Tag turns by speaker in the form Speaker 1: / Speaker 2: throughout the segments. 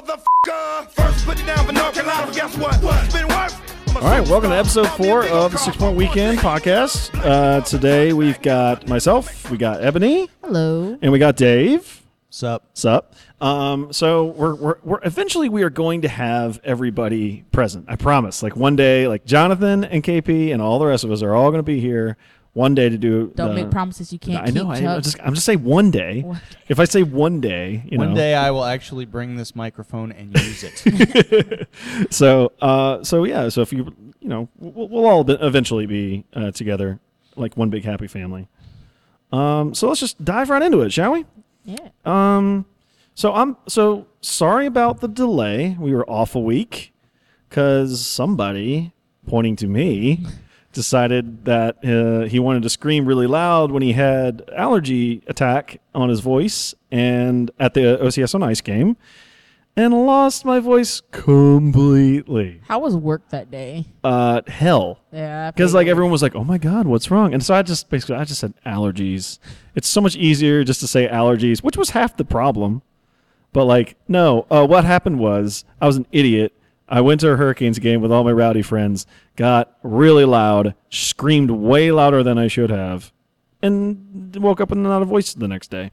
Speaker 1: America. First, put it down for North Carolina. But guess what? It's been worth.
Speaker 2: All right, welcome to episode four of the Six Point Weekend podcast. Uh, today we've got myself, we got Ebony,
Speaker 3: Hello.
Speaker 2: and we got Dave.
Speaker 4: Sup?
Speaker 2: Sup? Um, so we're, we're we're eventually we are going to have everybody present. I promise. Like one day, like Jonathan and KP and all the rest of us are all going to be here one day to do.
Speaker 3: Don't
Speaker 2: the-
Speaker 3: make promises you can't
Speaker 2: I know.
Speaker 3: keep.
Speaker 2: I,
Speaker 3: Chuck.
Speaker 2: I'm just I'm just saying one day.
Speaker 3: One
Speaker 2: If I say one day, you
Speaker 4: One
Speaker 2: know,
Speaker 4: day I will actually bring this microphone and use it.
Speaker 2: So, uh, so yeah. So if you, you know, we'll, we'll all be- eventually be uh, together, like one big happy family. Um, so let's just dive right into it, shall we?
Speaker 3: yeah.
Speaker 2: Um, so I'm so sorry about the delay. We were off a week because somebody pointing to me decided that uh, he wanted to scream really loud when he had allergy attack on his voice and at the OCS on Ice game and lost my voice completely.
Speaker 3: How was work that day?
Speaker 2: Uh, hell.
Speaker 3: Yeah. I
Speaker 2: Because like
Speaker 3: figured.
Speaker 2: everyone was like, "Oh my God, what's wrong?" And so I just basically I just said allergies. It's so much easier just to say allergies, which was half the problem. But like, no, uh, what happened was I was an idiot. I went to a Hurricanes game with all my rowdy friends, got really loud, screamed way louder than I should have, and woke up with not a voice the next day.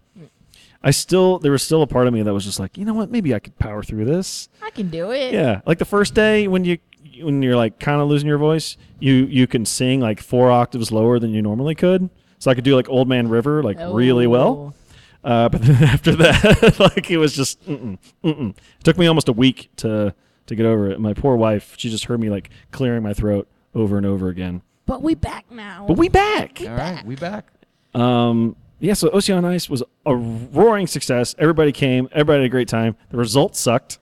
Speaker 2: I still there was still a part of me that was just like, you know what, maybe I could power through this.
Speaker 3: I can do it.
Speaker 2: Yeah, like the first day when you when you're like kind of losing your voice, you you can sing like four octaves lower than you normally could. So I could do like Old Man River like really well. Uh, but then after that, like it was just mm-mm, mm-mm. It took me almost a week to to get over it. My poor wife, she just heard me like clearing my throat over and over again.
Speaker 3: But we back now.
Speaker 2: But we back.
Speaker 4: All right, we back.
Speaker 2: Um, yeah, so Ocean Ice was a roaring success. Everybody came. Everybody had a great time. The results sucked.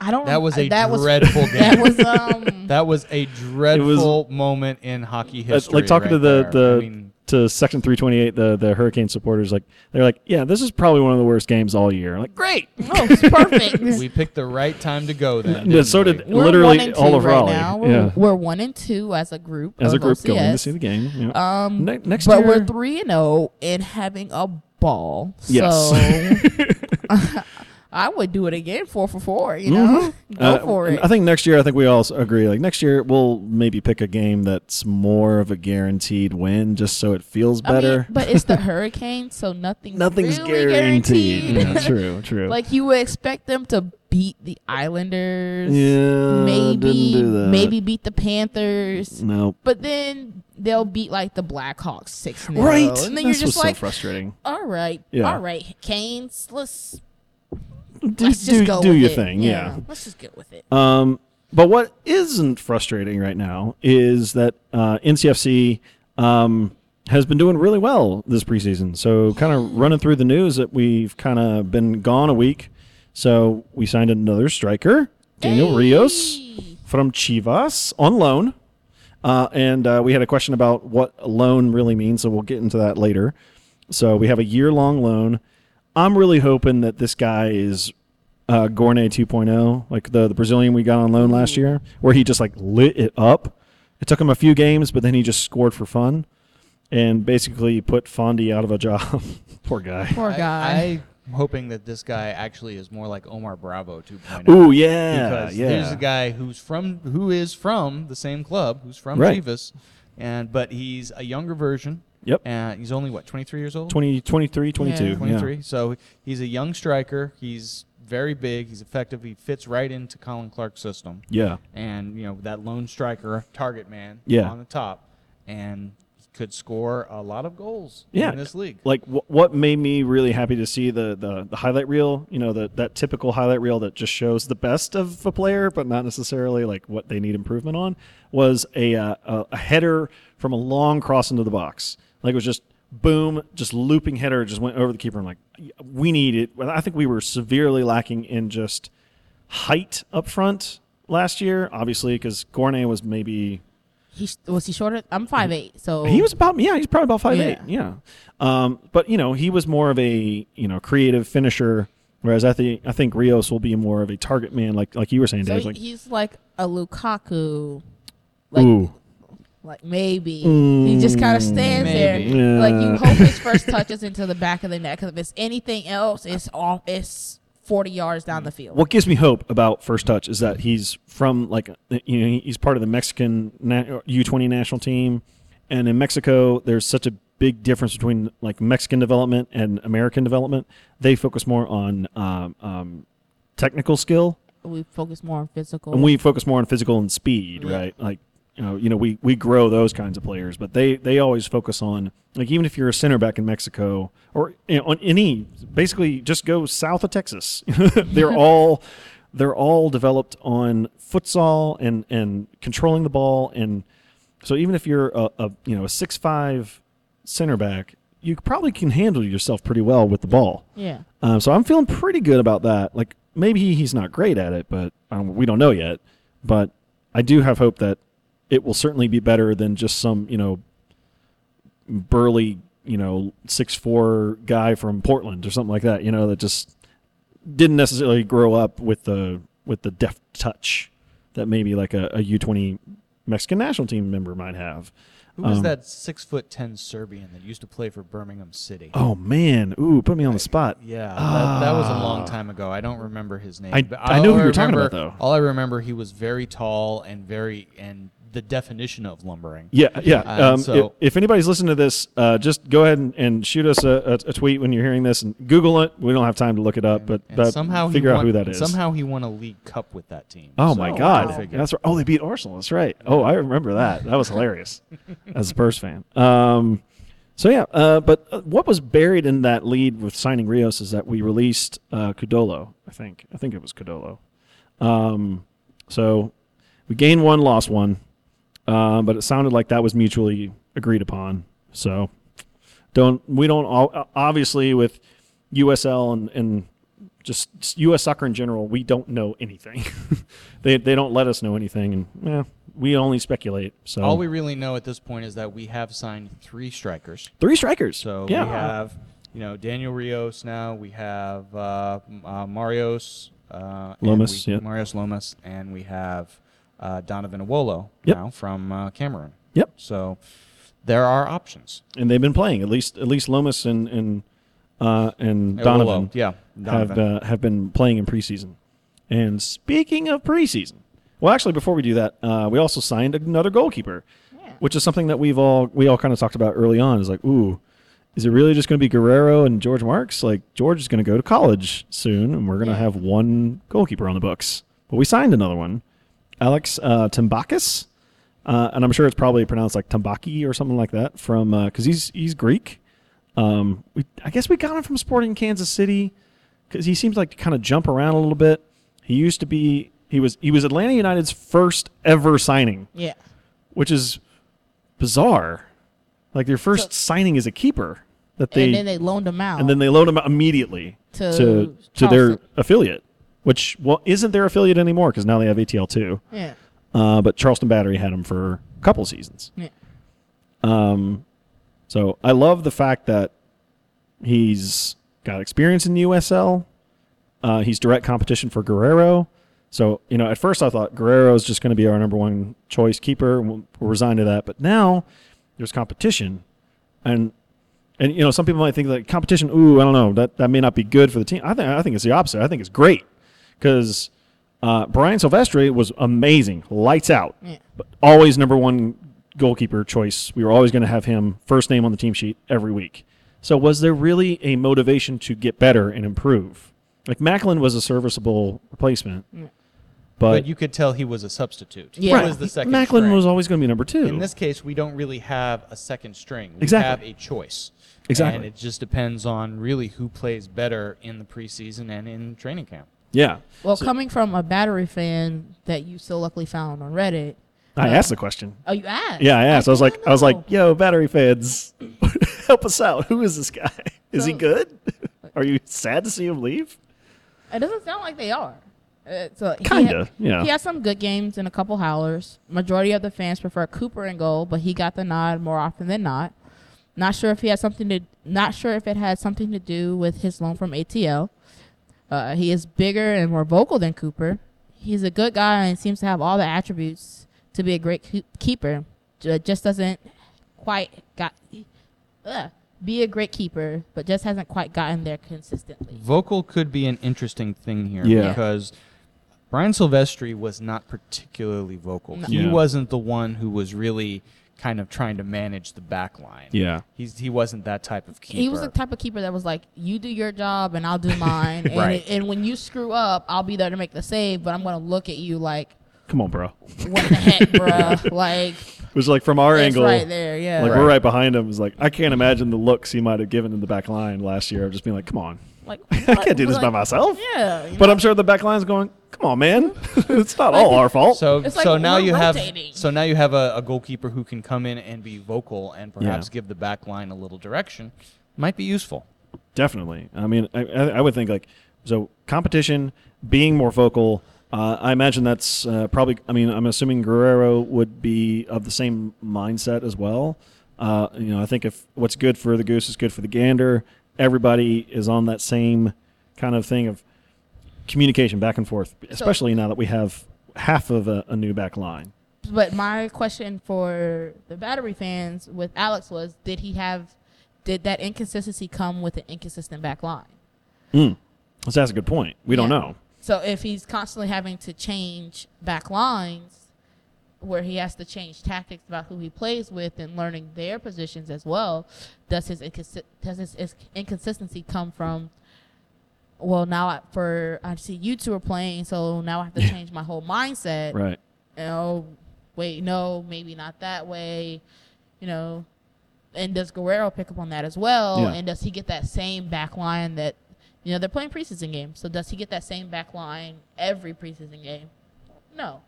Speaker 3: I don't.
Speaker 4: That was a
Speaker 3: that was,
Speaker 4: dreadful
Speaker 3: That
Speaker 4: game.
Speaker 3: was um.
Speaker 4: That was a dreadful moment in hockey
Speaker 2: That's
Speaker 4: history.
Speaker 2: Uh, like talking
Speaker 4: right
Speaker 2: to the
Speaker 4: there.
Speaker 2: the
Speaker 4: I mean,
Speaker 2: to section 328 the the hurricane supporters like they're like yeah this is probably one of the worst games all year like great
Speaker 3: oh, it's perfect.
Speaker 4: we picked the right time to go then.
Speaker 2: Yeah,
Speaker 4: didn't
Speaker 2: so
Speaker 4: we?
Speaker 2: did
Speaker 3: We're
Speaker 2: literally
Speaker 3: one and two
Speaker 2: all of
Speaker 3: right
Speaker 2: Raleigh
Speaker 3: Now. We're,
Speaker 2: yeah
Speaker 3: we're one and two as a group.
Speaker 2: as a
Speaker 3: of
Speaker 2: group going to
Speaker 3: OCS.
Speaker 2: see the game yeah.
Speaker 3: Um,
Speaker 2: Ne- next
Speaker 3: but
Speaker 2: year
Speaker 3: we're three and zero and having a ball.
Speaker 2: Yes.
Speaker 3: So I would do it again, four for four. You know, go
Speaker 2: Uh,
Speaker 3: for it.
Speaker 2: I think next year I think we all s- agree like next year we'll maybe pick a game that's more of a guaranteed win just so it feels
Speaker 3: I mean,
Speaker 2: better
Speaker 3: but it's the hurricane, so nothing's
Speaker 2: nothing's
Speaker 3: really
Speaker 2: guaranteed,
Speaker 3: guaranteed.
Speaker 2: Yeah, true true
Speaker 3: like you would expect them to beat the Islanders.
Speaker 2: yeah
Speaker 3: maybe
Speaker 2: didn't do that.
Speaker 3: maybe beat the Panthers.
Speaker 2: no
Speaker 3: But then they'll beat like the Blackhawks six in a
Speaker 2: right
Speaker 3: row. and
Speaker 2: This
Speaker 3: then you're
Speaker 2: was
Speaker 3: just
Speaker 2: so
Speaker 3: like,
Speaker 2: frustrating
Speaker 3: all right,
Speaker 2: Yeah.
Speaker 3: all right, Canes, let's
Speaker 2: do,
Speaker 3: let's just
Speaker 2: do,
Speaker 3: go
Speaker 2: do
Speaker 3: with
Speaker 2: your
Speaker 3: it.
Speaker 2: thing yeah.
Speaker 3: let's just get with it.
Speaker 2: Um, but what isn't frustrating right now is that uh, NCFC um, has been doing really well this preseason. So, kind of running through the news that we've kind of been gone a week. So, we signed another striker, Daniel
Speaker 3: Hey!
Speaker 2: Rios from Chivas on loan. Uh, and uh, we had a question about what loan really means, so we'll get into that later. So we have a year long loan. I'm really hoping that this guy is uh, Gournay 2.0, oh, like the, the Brazilian we got on loan last year, where he just like lit it up. It took him a few games, but then he just scored for fun and basically put Fondy out of a job. Poor guy.
Speaker 3: Poor guy.
Speaker 4: I, I'm hoping that this guy actually is more like Omar Bravo 2.0.
Speaker 2: Ooh, yeah.
Speaker 4: because
Speaker 2: yeah.
Speaker 4: here's a guy who's from who is from the same club, who's from
Speaker 2: Right.
Speaker 4: Chivas, and but he's a younger version.
Speaker 2: Yep.
Speaker 4: And he's only what 23 years old.
Speaker 2: 20, 23, 22.
Speaker 3: Yeah.
Speaker 2: yeah.
Speaker 4: 23. So he's a young striker. He's very big. He's effective. He fits right into Colin Clark's system.
Speaker 2: Yeah.
Speaker 4: And you know that lone striker, target man,
Speaker 2: Yeah.
Speaker 4: on the top, and he could score a lot of goals
Speaker 2: Yeah.
Speaker 4: in this league.
Speaker 2: like wh- what made me really happy to see the, the the highlight reel you know the that typical highlight reel that just shows the best of a player but not necessarily like what they need improvement on was a uh, a, a header from a long cross into the box like it was just boom just looping header just went over the keeper i'm like we need it well, i think we were severely lacking in just height up front last year obviously because gournay was maybe
Speaker 3: he sh- was he shorter? I'm five eight, so
Speaker 2: he was about yeah, he's probably about five
Speaker 3: Yeah.
Speaker 2: eight. Yeah. Um, but you know, he was more of a you know creative finisher, whereas I think I think Rios will be more of a target man, like like you were saying,
Speaker 3: so
Speaker 2: Dave.
Speaker 3: he-
Speaker 2: Like,
Speaker 3: he's like a Lukaku, like
Speaker 2: ooh,
Speaker 3: Like maybe he just kind of stands
Speaker 4: Maybe.
Speaker 3: there. Like you
Speaker 2: Mm, Yeah.
Speaker 3: hope his first touch is into the back of the net. Because if it's anything else, it's off. It's 40 yards down the field.
Speaker 2: What gives me hope about First Touch is that he's from like you know he's part of the Mexican na- U20 national team, and in Mexico there's such a big difference between like Mexican development and American development. They focus more on um, um, technical skill,
Speaker 3: we focus more on physical.
Speaker 2: and we focus more on physical and speed,
Speaker 3: Yeah.
Speaker 2: right? Like you know, you know, we we grow those kinds of players, but they they always focus on like even if you're a center back in Mexico or you know, on any basically just go south of Texas, they're all they're all developed on futsal and and controlling the ball and so even if you're a, a you know a six five center back, you probably can handle yourself pretty well with the ball.
Speaker 3: yeah.
Speaker 2: Um, so I'm feeling pretty good about that. Like maybe he- he's not great at it, but um, we don't know yet. But I do have hope that it will certainly be better than just some you know burly you know six four guy from Portland or something like that. You know that just didn't necessarily grow up with the with the deft touch that maybe like a, a U twenty Mexican national team member might have.
Speaker 4: Who was
Speaker 2: Um,
Speaker 4: that six foot ten Serbian that used to play for Birmingham City?
Speaker 2: Oh man, ooh, put me on the spot.
Speaker 4: Yeah, that, that was a long time ago. I don't remember his name.
Speaker 2: Ah. I-
Speaker 4: but
Speaker 2: I
Speaker 4: all
Speaker 2: know who you're talking about,
Speaker 4: remember-
Speaker 2: though.
Speaker 4: All I remember, he was very tall and very and the definition of lumbering.
Speaker 2: Yeah, yeah.
Speaker 4: Uh,
Speaker 2: um,
Speaker 4: so-
Speaker 2: if, if anybody's listening to this, uh, just go ahead and, and shoot us a, a, a tweet when you're hearing this, and Google it. We don't have time to look it up, but,
Speaker 4: And
Speaker 2: but
Speaker 4: somehow he
Speaker 2: figure out
Speaker 4: won-
Speaker 2: who that is.
Speaker 4: Somehow he won a league cup with that team.
Speaker 2: Oh
Speaker 4: So-
Speaker 2: my
Speaker 4: I
Speaker 2: God!
Speaker 4: figured.
Speaker 2: That's right. Oh, they beat Arsenal. That's right. Oh, I remember that. That was hilarious. As a Spurs fan. Um, so yeah, uh, but uh, what was buried in that lead with signing Rios is that we released uh, Cudolo. I think. I think it was Cudolo. Um, so we gained one, lost one, um, but it sounded like that was mutually agreed upon. So don't we don't all, obviously with USL and, and just U.S. soccer in general, we don't know anything. they they don't let us know anything, and yeah, we only speculate. So
Speaker 4: All we really know at this point is that we have signed three strikers.
Speaker 2: three strikers.
Speaker 4: So
Speaker 2: yeah,
Speaker 4: we have, you know, Daniel Rios now. We have uh, m- uh, Marios uh, and
Speaker 2: Lomas,
Speaker 4: we-
Speaker 2: yeah.
Speaker 4: Marios Lomas, and we have uh, Donovan Awolo
Speaker 2: Yep.
Speaker 4: now from uh, Cameroon.
Speaker 2: Yep.
Speaker 4: So there are options.
Speaker 2: and they've been playing at least at least Lomas and and uh, and Donovan
Speaker 4: Awolo, yeah,
Speaker 2: have
Speaker 4: Donovan.
Speaker 2: uh, have been playing in preseason. And speaking of preseason, well, actually, before we do that, uh, we also signed another goalkeeper,
Speaker 3: Yeah.
Speaker 2: which is something that we've all we all kind of talked about early on. Is like, ooh, is it really just going to be Guerrero and George Marks? Like, George is going to go to college soon, and we're going to
Speaker 3: Yeah.
Speaker 2: have one goalkeeper on the books. But we signed another one, Alex uh, Tambakis. Uh, and I'm sure it's probably pronounced like Tambaki or something like that from because he's he's Greek. Um, we I guess we got him from Sporting Kansas City because he seems like to kind of jump around a little bit. He used to be he was he was Atlanta United's first ever signing,
Speaker 3: yeah.
Speaker 2: which is bizarre. Like their first
Speaker 3: So-
Speaker 2: signing is a keeper that they
Speaker 3: and then they loaned him out.
Speaker 2: and then they load him out immediately
Speaker 3: To
Speaker 2: to, to their
Speaker 3: Charleston.
Speaker 2: affiliate, which well isn't their affiliate anymore because now they have ATL two.
Speaker 3: yeah.
Speaker 2: Uh, but Charleston Battery had him for a couple seasons.
Speaker 3: Yeah.
Speaker 2: Um, so I love the fact that he's got experience in USL. Uh, he's direct competition for Guerrero. So, you know, at first I thought Guerrero is just going to be our number one choice keeper. and We'll, we'll resign to that. But now there's competition. And, and you know, some people might think that competition, ooh, I don't know, that, that may not be good for the team. I think, I think it's the opposite. I think it's great because uh, Brian Silvestri was amazing, lights out,
Speaker 3: Yeah.
Speaker 2: but always number one goalkeeper choice. We were always going to have him first name on the team sheet every week. So was there really a motivation to get better and improve? Like Macklin was a serviceable replacement, but,
Speaker 4: but you could tell he was a substitute.
Speaker 3: Yeah.
Speaker 4: He
Speaker 2: Right.
Speaker 4: was the second.
Speaker 2: Macklin
Speaker 4: string.
Speaker 2: was always going to be number two.
Speaker 4: In this case, we don't really have a second string. We
Speaker 2: Exactly.
Speaker 4: have a choice.
Speaker 2: Exactly.
Speaker 4: And it just depends on really who plays better in the preseason and in training camp.
Speaker 2: yeah,
Speaker 3: Well, coming from a battery fan that you so luckily found on Reddit.
Speaker 2: I
Speaker 4: uh,
Speaker 2: asked the question.
Speaker 3: Oh, you asked.
Speaker 2: Yeah, I asked. I was like,
Speaker 3: didn't
Speaker 2: I was like,
Speaker 3: know.
Speaker 2: yo, battery fans, help us out. Who is this guy? Is he
Speaker 3: So-
Speaker 2: good? Are you sad to see him leave?
Speaker 3: It doesn't sound like they are. Uh, so he
Speaker 2: Kinda,
Speaker 3: had-
Speaker 2: yeah.
Speaker 3: He had some good games and a couple howlers. Majority of the fans prefer Cooper in goal, but he got the nod more often than not. Not sure if he had something to. Not sure if it had something to do with his loan from ATL. Uh, he is bigger and more vocal than Cooper. He's a good guy and seems to have all the attributes to be a great keep- keeper. Ju- Just doesn't quite got. Ugh, be a great keeper, but just hasn't quite gotten there consistently.
Speaker 4: Vocal could be an interesting thing here
Speaker 2: Yeah.
Speaker 4: because Brian Silvestri was not particularly vocal.
Speaker 3: No.
Speaker 4: He
Speaker 2: Yeah.
Speaker 4: wasn't the one who was really kind of trying to manage the back line.
Speaker 2: Yeah.
Speaker 4: He's, he wasn't that type of keeper.
Speaker 3: He was the type of keeper that was like, "You do your job and I'll do mine, and,
Speaker 4: Right.
Speaker 3: and when you screw up, I'll be there to make the save, but I'm gonna look at you like,
Speaker 2: Come on, bro.
Speaker 3: what the heck, bruh? Like,
Speaker 2: It was like from our
Speaker 3: it's
Speaker 2: angle.
Speaker 3: right there, yeah.
Speaker 2: Like
Speaker 4: Right.
Speaker 2: we're right behind him. It's like I can't imagine the looks he might have given in the back line last year of just being like, "Come on,
Speaker 3: Like,
Speaker 2: I can't do this by myself."
Speaker 3: Yeah, you
Speaker 2: But
Speaker 3: know?
Speaker 2: I'm sure the back line's going, "Come on, man, it's not all our fault."
Speaker 4: So
Speaker 3: It's like
Speaker 4: so now
Speaker 3: we're
Speaker 4: you
Speaker 3: rotating.
Speaker 4: have so now you have a, a goalkeeper who can come in and be vocal and perhaps give the back line a little direction. Might be useful.
Speaker 2: Definitely. I mean, I, I I would think like so competition, being more vocal. Uh, I imagine that's uh, probably. I mean, I'm assuming Guerrero would be of the same mindset as well. Uh, you know, I think if what's good for the goose is good for the gander, everybody is on that same kind of thing of communication back and forth. Especially now that we have half of a, a new back line.
Speaker 3: but my question for the battery fans with Alex was, did he have, did that inconsistency come with an inconsistent back line?
Speaker 2: So that's a good point. We don't
Speaker 3: Yeah.
Speaker 2: know.
Speaker 3: So if he's constantly having to change back lines, where he has to change tactics about who he plays with and learning their positions as well, does his inconsi- does his, his inconsistency come from? Well, now I, for I see you two are playing, so now I have to change my whole mindset.
Speaker 2: Right.
Speaker 3: Oh, wait, no, maybe not that way. You know, and does Guerrero pick up on that as well?
Speaker 2: Yeah.
Speaker 3: And does he get that same back line that, you know, they're playing preseason games. So does he get that same back line every preseason game? No.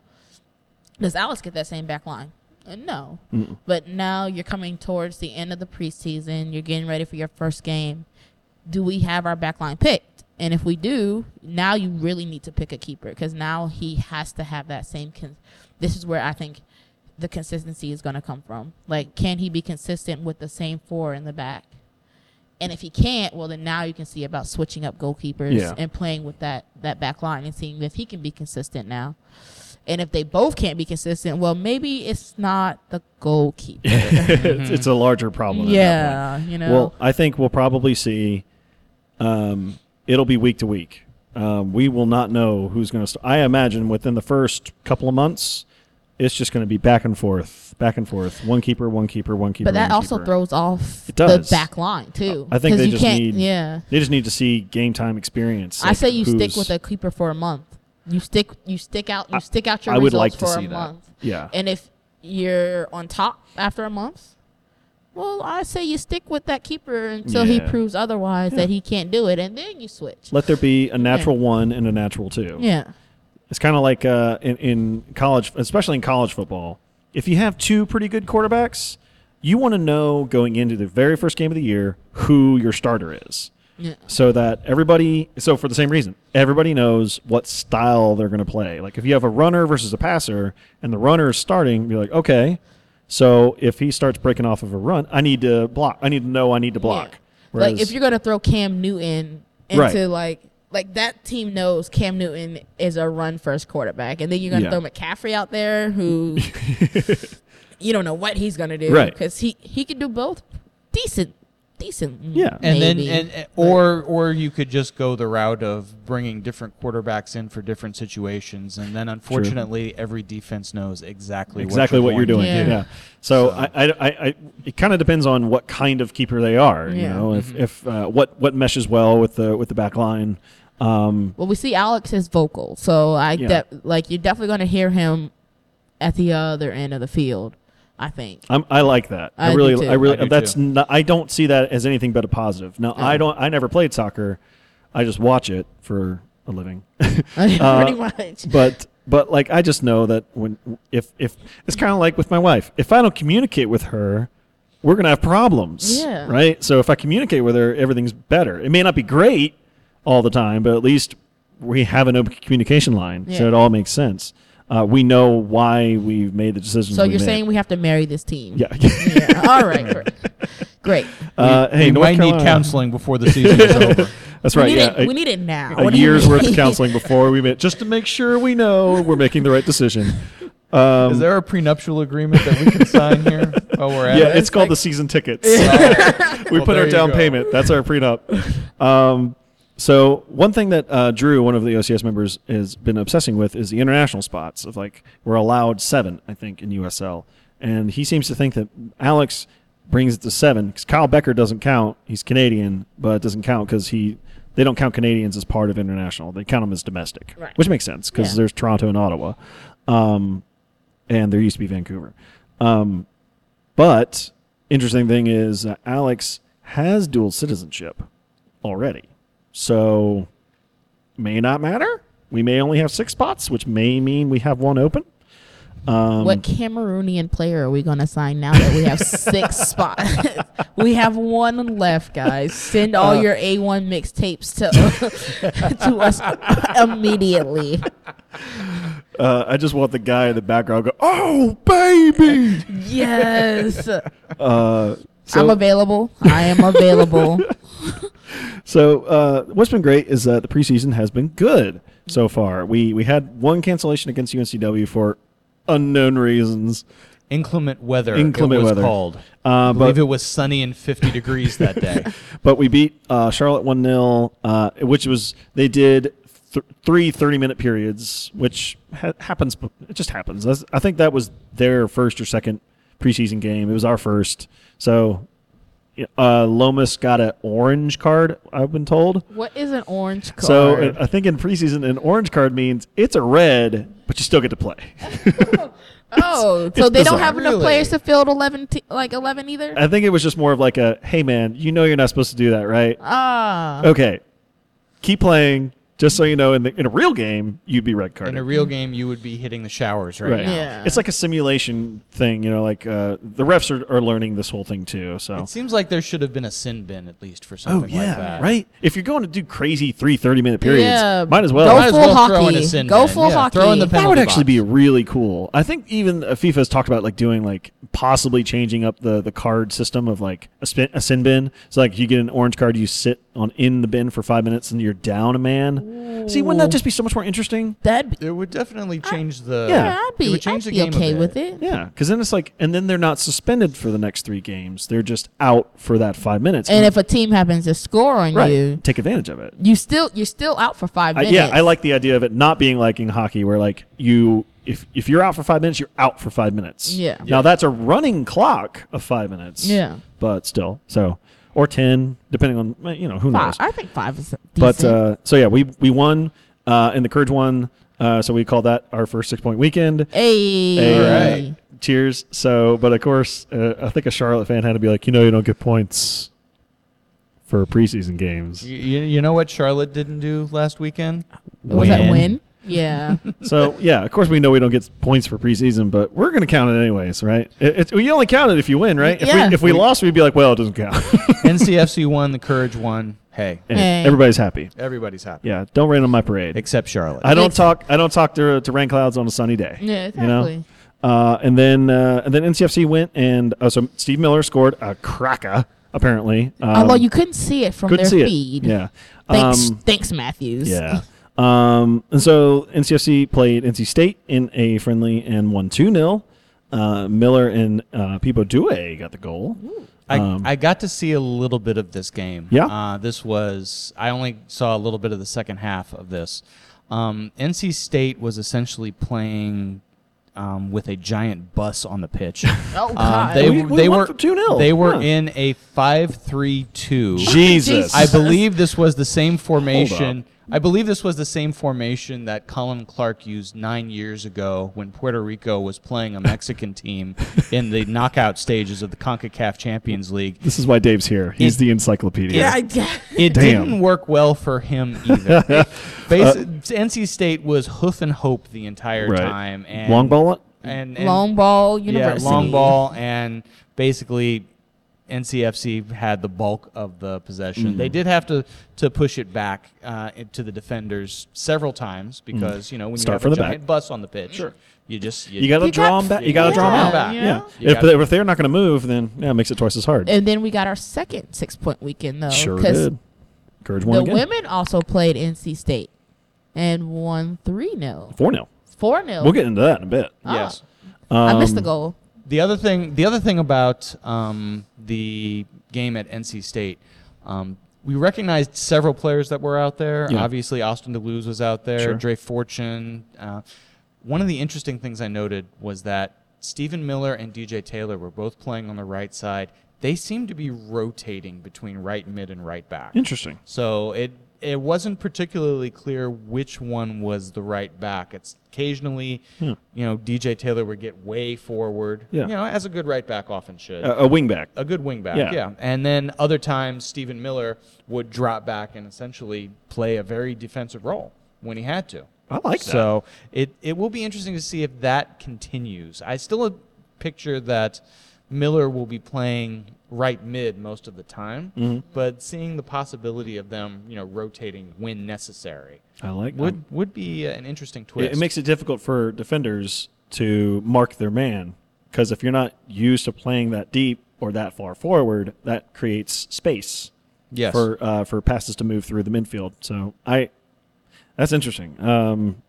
Speaker 3: Does Alice get that same back line? Uh, No. But now you're coming towards the end of the preseason. You're getting ready for your first game. Do we have our back line picked? And if we do, now you really need to pick a keeper because now he has to have that same. Con- this is where I think the consistency is going to come from. Like, can he be consistent with the same four in the back? And if he can't, well, then now you can see about switching up goalkeepers
Speaker 2: Yeah.
Speaker 3: and playing with that that back line and seeing if he can be consistent now. And if they both can't be consistent, well, maybe it's not the goalkeeper.
Speaker 2: it's, it's a larger problem. at that point.
Speaker 3: yeah, you know.
Speaker 2: Well, I think we'll probably see. Um, it'll be week to week. Um, we will not know who's going to. St- I imagine within the first couple of months, it's just going to be back and forth, back and forth. One keeper, one keeper, one keeper.
Speaker 3: but that
Speaker 2: one
Speaker 3: also
Speaker 2: keeper.
Speaker 3: throws off
Speaker 2: It does.
Speaker 3: the back line too.
Speaker 2: I think
Speaker 3: 'Cause
Speaker 2: they
Speaker 3: you
Speaker 2: just
Speaker 3: can't,
Speaker 2: need.
Speaker 3: Yeah,
Speaker 2: They just need to see game time experience.
Speaker 3: I
Speaker 2: like,
Speaker 3: say you stick
Speaker 2: who's-
Speaker 3: with a keeper for a month. You stick, you stick out, you
Speaker 2: I-
Speaker 3: stick out your
Speaker 2: I would
Speaker 3: results
Speaker 2: like to
Speaker 3: for
Speaker 2: see that.
Speaker 3: a month.
Speaker 2: Yeah.
Speaker 3: And if you're on top after a month, well, I say you stick with that keeper until he
Speaker 2: Yeah.
Speaker 3: proves otherwise that he can't do it, and then you switch.
Speaker 2: Let there be a natural one and a natural two.
Speaker 3: yeah.
Speaker 2: It's kind of like uh, in, in college, especially in college football. If you have two pretty good quarterbacks, you want to know going into the very first game of the year who your starter is.
Speaker 3: Yeah.
Speaker 2: So that everybody, so for the same reason, everybody knows what style they're going to play. Like if you have a runner versus a passer and the runner is starting, you're like, okay, so if he starts breaking off of a run, I need to block. I need to know I need to block.
Speaker 3: Yeah.
Speaker 2: Whereas-
Speaker 3: like if you're gonna throw Cam Newton into
Speaker 2: Right.
Speaker 3: like like that team knows Cam Newton is a run first quarterback, and then you're gonna
Speaker 2: Yeah.
Speaker 3: throw McCaffrey out there who you don't know what he's gonna do,
Speaker 2: Right.
Speaker 3: Because he he can do both decent, decent.
Speaker 2: Yeah.
Speaker 4: And
Speaker 3: maybe.
Speaker 4: then and- and or or you could just go the route of bringing different quarterbacks in for different situations and then unfortunately every defense knows exactly
Speaker 2: exactly
Speaker 4: what
Speaker 2: what
Speaker 4: you're,
Speaker 2: you're doing.
Speaker 4: going
Speaker 2: Yeah.
Speaker 3: Yeah.
Speaker 2: So, I, I, I, I it kind of depends on what kind of keeper they are. You
Speaker 3: Yeah.
Speaker 2: know, if, if uh, what what meshes well with the with the back line. Um,
Speaker 3: Well, we see Alex is vocal, so I
Speaker 2: Yeah.
Speaker 3: de- like you're definitely going to hear him at the other end of the field. I think.
Speaker 2: I'm, I like that. I,
Speaker 3: I do
Speaker 2: really,
Speaker 3: too.
Speaker 2: I really.
Speaker 4: I do
Speaker 2: that's
Speaker 4: too.
Speaker 2: not, I don't see that as anything but a positive. Now, I
Speaker 3: Yeah.
Speaker 2: don't. I never played soccer. I just watch it for a living. uh,
Speaker 3: Pretty much.
Speaker 2: but but like I just know that when if if it's kind of like with my wife, if I don't communicate with her, we're gonna have problems.
Speaker 3: Yeah.
Speaker 2: Right. So if I communicate with her, everything's better. It may not be great all the time, but at least we have an open communication line, so
Speaker 3: Yeah.
Speaker 2: it all makes sense. Uh, we know why we've made the decisions.
Speaker 3: So
Speaker 2: we
Speaker 3: you're
Speaker 2: made.
Speaker 3: saying we have to marry this team?
Speaker 2: yeah.
Speaker 3: Yeah. All right. great. Great.
Speaker 2: uh, hey,
Speaker 4: we
Speaker 2: North
Speaker 4: might need
Speaker 2: Carolina-
Speaker 4: counseling before the season is over.
Speaker 2: That's
Speaker 3: we
Speaker 2: right.
Speaker 3: need
Speaker 2: Yeah.
Speaker 3: it. we need it now.
Speaker 2: a
Speaker 3: What do you
Speaker 2: year's
Speaker 3: mean?
Speaker 2: worth of counseling before we make just to make sure we know we're making the right decision.
Speaker 4: Is there a prenuptial agreement that we can sign here while we're at
Speaker 2: yeah,
Speaker 4: it?
Speaker 2: it's called the season tickets. we
Speaker 4: Well,
Speaker 2: put
Speaker 4: there
Speaker 2: our
Speaker 4: you
Speaker 2: down
Speaker 4: go.
Speaker 2: payment. That's our prenup. Um, so one thing that uh, Drew, one of the OCS members, has been obsessing with is the international spots. Of like we're allowed seven, I think, in USL, and he seems to think that Alex brings it to seven because Kyle Becker doesn't count. He's Canadian, but it doesn't count because he they don't count Canadians as part of international. They count them as domestic,
Speaker 3: Right.
Speaker 2: which makes sense because
Speaker 3: Yeah.
Speaker 2: there's Toronto and Ottawa, um, and there used to be Vancouver. Um, but interesting thing is uh, Alex has dual citizenship already. So may not matter. We may only have six spots, which may mean we have one open.
Speaker 3: what
Speaker 2: Um,
Speaker 3: Cameroonian player are we going to sign now that we have six spots? we have one left, guys. Send
Speaker 2: Uh,
Speaker 3: all your A1 mixtapes to to us immediately.
Speaker 2: Uh, I just want the guy in the background go, "Oh, baby!"
Speaker 3: Yes.
Speaker 2: uh, so,
Speaker 3: I'm available. I am available.
Speaker 2: so uh, what's been great is that the preseason has been good so far. We we had one cancellation against UNCW for unknown reasons.
Speaker 4: inclement weather.
Speaker 2: Inclement
Speaker 4: it was
Speaker 2: weather.
Speaker 4: called.
Speaker 2: Uh,
Speaker 4: I believe
Speaker 2: but-
Speaker 4: it was sunny and 50 degrees that day.
Speaker 2: But we beat uh, Charlotte 1 0, uh, which was, they did th- three 30 minute periods, which ha- happens, it just happens. That's, I think that was their first or second preseason game. It was our first. So uh, Lomas got an orange card, I've been told.
Speaker 3: what is an orange card?
Speaker 2: So uh, I think in preseason, an orange card means it's a red, but you still get to play.
Speaker 3: oh, so
Speaker 2: it's
Speaker 3: they don't
Speaker 2: bizarre. Uh,
Speaker 3: have enough
Speaker 4: Really?
Speaker 3: players to field 11 t- like 11 either?
Speaker 2: I think it was just more of like a, hey, man, you know you're not supposed to do that, right?
Speaker 3: Ah.
Speaker 2: Okay. Keep playing. Just so you know, in, the, in a real game, you'd be red carded.
Speaker 4: In a real game, you would be hitting the showers right,
Speaker 2: right
Speaker 4: now.
Speaker 3: Yeah.
Speaker 2: it's like a simulation thing you know like uh, the refs are, are learning this whole thing too so
Speaker 4: It seems like there should have been a sin bin at least for something like that.
Speaker 2: Oh, right if you're going to do crazy three 30 minute periods
Speaker 3: Yeah,
Speaker 2: might as
Speaker 3: Go
Speaker 4: Might
Speaker 2: well
Speaker 4: as
Speaker 3: full
Speaker 4: well
Speaker 3: hockey.
Speaker 4: throw in a sin
Speaker 3: Go
Speaker 4: bin.
Speaker 3: full
Speaker 4: Yeah,
Speaker 3: hockey.
Speaker 4: throw in the
Speaker 2: that
Speaker 4: penalty
Speaker 2: would actually be
Speaker 4: box.
Speaker 2: really cool i think even uh, fifa has talked about like doing like possibly changing up the the card system of like a, spin, a sin bin so like you get an orange card you sit on in the bin for five minutes and you're down a man see wouldn't that just be so much more interesting
Speaker 3: That'd be,
Speaker 4: It would definitely change the.
Speaker 3: yeah, I'd
Speaker 4: it
Speaker 3: be,
Speaker 4: would change
Speaker 3: I'd
Speaker 4: the
Speaker 3: be
Speaker 4: game a
Speaker 3: okay
Speaker 4: bit.
Speaker 3: with it.
Speaker 2: Yeah, because then it's like, and then they're not suspended for the next three games. They're just out for that five minutes.
Speaker 3: And if a team happens to score on
Speaker 2: right,
Speaker 3: you,
Speaker 2: take advantage of it.
Speaker 3: you still you're still out for five
Speaker 2: I,
Speaker 3: minutes.
Speaker 2: yeah, I like the idea of it not being like in hockey, where like you, if if you're out for five minutes, you're out for five minutes.
Speaker 3: Yeah.
Speaker 2: Now that's a running clock of five minutes.
Speaker 3: Yeah.
Speaker 2: But still, so or ten, depending on you know who
Speaker 3: five.
Speaker 2: knows.
Speaker 3: I think five is decent.
Speaker 2: But uh, so yeah, we we won, uh, and the Courage won. Uh, so we call that our first six point weekend.
Speaker 3: hey,
Speaker 2: Hey,
Speaker 4: Alright.
Speaker 2: uh, cheers. So, but of course, uh, I think a Charlotte fan had to be like, you know, you don't get points for preseason games.
Speaker 4: You, you you know what Charlotte didn't do last weekend?
Speaker 3: was that win? Yeah,
Speaker 2: so, yeah, of course, we know we don't get points for preseason, but we're going to count it anyways, right? It, it's we only count it if you win, right?
Speaker 3: Yeah.
Speaker 2: If, we, if we lost, we'd be like, well, it doesn't count.
Speaker 4: NCFC won. The Courage won. Hey,
Speaker 2: And
Speaker 3: Hey.
Speaker 2: Everybody's happy.
Speaker 4: everybody's happy.
Speaker 2: Yeah, don't rain on my parade.
Speaker 4: Except Charlotte.
Speaker 2: I don't
Speaker 3: Ex-
Speaker 2: talk. I don't talk to to rain clouds on a sunny day.
Speaker 3: Yeah,
Speaker 2: You know?
Speaker 3: exactly.
Speaker 2: Uh, and then uh, and then NCFC went and uh, so Steve Miller scored a cracker apparently.
Speaker 3: although
Speaker 2: Um,
Speaker 3: you couldn't see it from
Speaker 2: couldn't
Speaker 3: their
Speaker 2: see
Speaker 3: feed.
Speaker 2: it. Yeah.
Speaker 3: Thanks,
Speaker 2: Um,
Speaker 3: thanks, Matthews.
Speaker 2: yeah. Um, and so NCFC played NC State in a friendly and won 2 0. Uh, Miller and uh, Pipo Due got the goal.
Speaker 4: I,
Speaker 2: Um,
Speaker 4: I got to see a little bit of this game.
Speaker 2: Yeah?
Speaker 4: Uh, this was, I only saw a little bit of the second half of this. Um, NC State was essentially playing um, with a giant bus on the pitch.
Speaker 3: Oh,
Speaker 4: Um,
Speaker 3: God.
Speaker 4: they
Speaker 2: We- we
Speaker 4: they
Speaker 2: won
Speaker 4: were
Speaker 2: for 2-0.
Speaker 4: They were
Speaker 2: Huh.
Speaker 4: in a 5 3 2.
Speaker 2: Jesus.
Speaker 4: I believe this was the same formation. I believe this was the same formation that Colin Clark used nine years ago when Puerto Rico was playing a Mexican team in the knockout stages of the CONCACAF Champions League.
Speaker 2: this is why Dave's here. He's
Speaker 4: It-
Speaker 2: the encyclopedia.
Speaker 3: Yeah, I-
Speaker 4: It
Speaker 2: Damn. Uh,
Speaker 4: didn't work well for him either. Bas- NC State was hoof and hope the entire
Speaker 2: Right.
Speaker 4: time. And,
Speaker 2: Long ball?
Speaker 4: And, and
Speaker 3: long ball
Speaker 4: yeah,
Speaker 3: university.
Speaker 4: long ball, and basically NCFC had the bulk of the possession. They
Speaker 2: Mm-hmm.
Speaker 4: did have to to push it back uh, it- to the defenders several times because you know when
Speaker 2: Mm-hmm. Start
Speaker 4: you
Speaker 2: from
Speaker 4: have
Speaker 2: the
Speaker 4: a giant
Speaker 2: back.
Speaker 4: bus on the pitch, you just you,
Speaker 2: You got to
Speaker 3: You
Speaker 2: draw
Speaker 3: got-
Speaker 2: them back. You
Speaker 4: you
Speaker 2: got to draw 'em
Speaker 4: gotta
Speaker 2: out.
Speaker 4: back,
Speaker 2: Yeah.
Speaker 4: you
Speaker 2: If,
Speaker 4: gotta-
Speaker 2: they, if they're not going to move, then yeah, it makes it twice as hard.
Speaker 3: And then we got our second six point weekend though,
Speaker 2: sure
Speaker 3: because
Speaker 2: did. Courage
Speaker 3: the
Speaker 2: one again.
Speaker 3: women also played NC State and won three 0
Speaker 2: 4 0.
Speaker 3: Four 0
Speaker 2: We'll get um, into that in a bit.
Speaker 3: Oh.
Speaker 4: Yes.
Speaker 3: I missed the goal.
Speaker 4: The other thing, the other thing about um, the game at NC State, um, we recognized several players that were out there.
Speaker 2: Yeah.
Speaker 4: Obviously, Austin DeLuz was out there,
Speaker 2: Sure.
Speaker 4: Dre Fortune. Uh, one of the interesting things I noted was that Stephen Miller and DJ Taylor were both playing on the right side. They seemed to be rotating between right mid and right back.
Speaker 2: Interesting.
Speaker 4: So it it wasn't particularly clear which one was the right back. It's occasionally, you know, DJ Taylor would get way forward.
Speaker 2: Yeah.
Speaker 4: You know, as a good right back often should.
Speaker 2: Uh, A, a wing back.
Speaker 4: a good wing back,
Speaker 2: Yeah.
Speaker 4: yeah. And then other times Stephen Miller would drop back and essentially play a very defensive role when he had to.
Speaker 2: I like that.
Speaker 4: So it it will be interesting to see if that continues. I still uh, picture that Miller will be playing right mid most of the time,
Speaker 2: Mm-hmm.
Speaker 4: but seeing the possibility of them, you know, rotating when necessary um,
Speaker 2: I like that.
Speaker 4: would would be an interesting twist.
Speaker 2: It, it makes it difficult for defenders to mark their man because if you're not used to playing that deep or that far forward, that creates space
Speaker 4: yes.
Speaker 2: for uh, for passes to move through the midfield. So I, that's interesting. Um,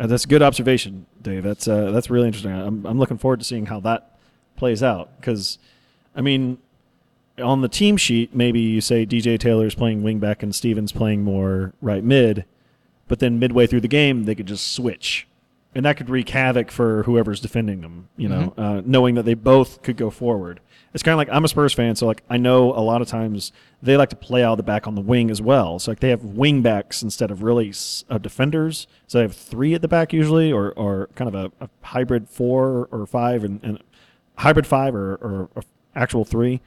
Speaker 2: uh, that's a good observation, Dave. That's uh, that's really interesting. I'm I'm looking forward to seeing how that plays out because, I mean, on the team sheet, maybe you say DJ Taylor's playing wing back and Stevens playing more right mid, but then midway through the game they could just switch. And that could wreak havoc for whoever's defending them, you know, uh, knowing that they both could go forward. It's kind of like I'm a Spurs fan, so like I know a lot of times they like to play out the back on the wing as well. So like they have wing backs instead of really s- uh, defenders. So they have three at the back usually, or, or kind of a, a hybrid four or five, and, and hybrid five or, or a actual three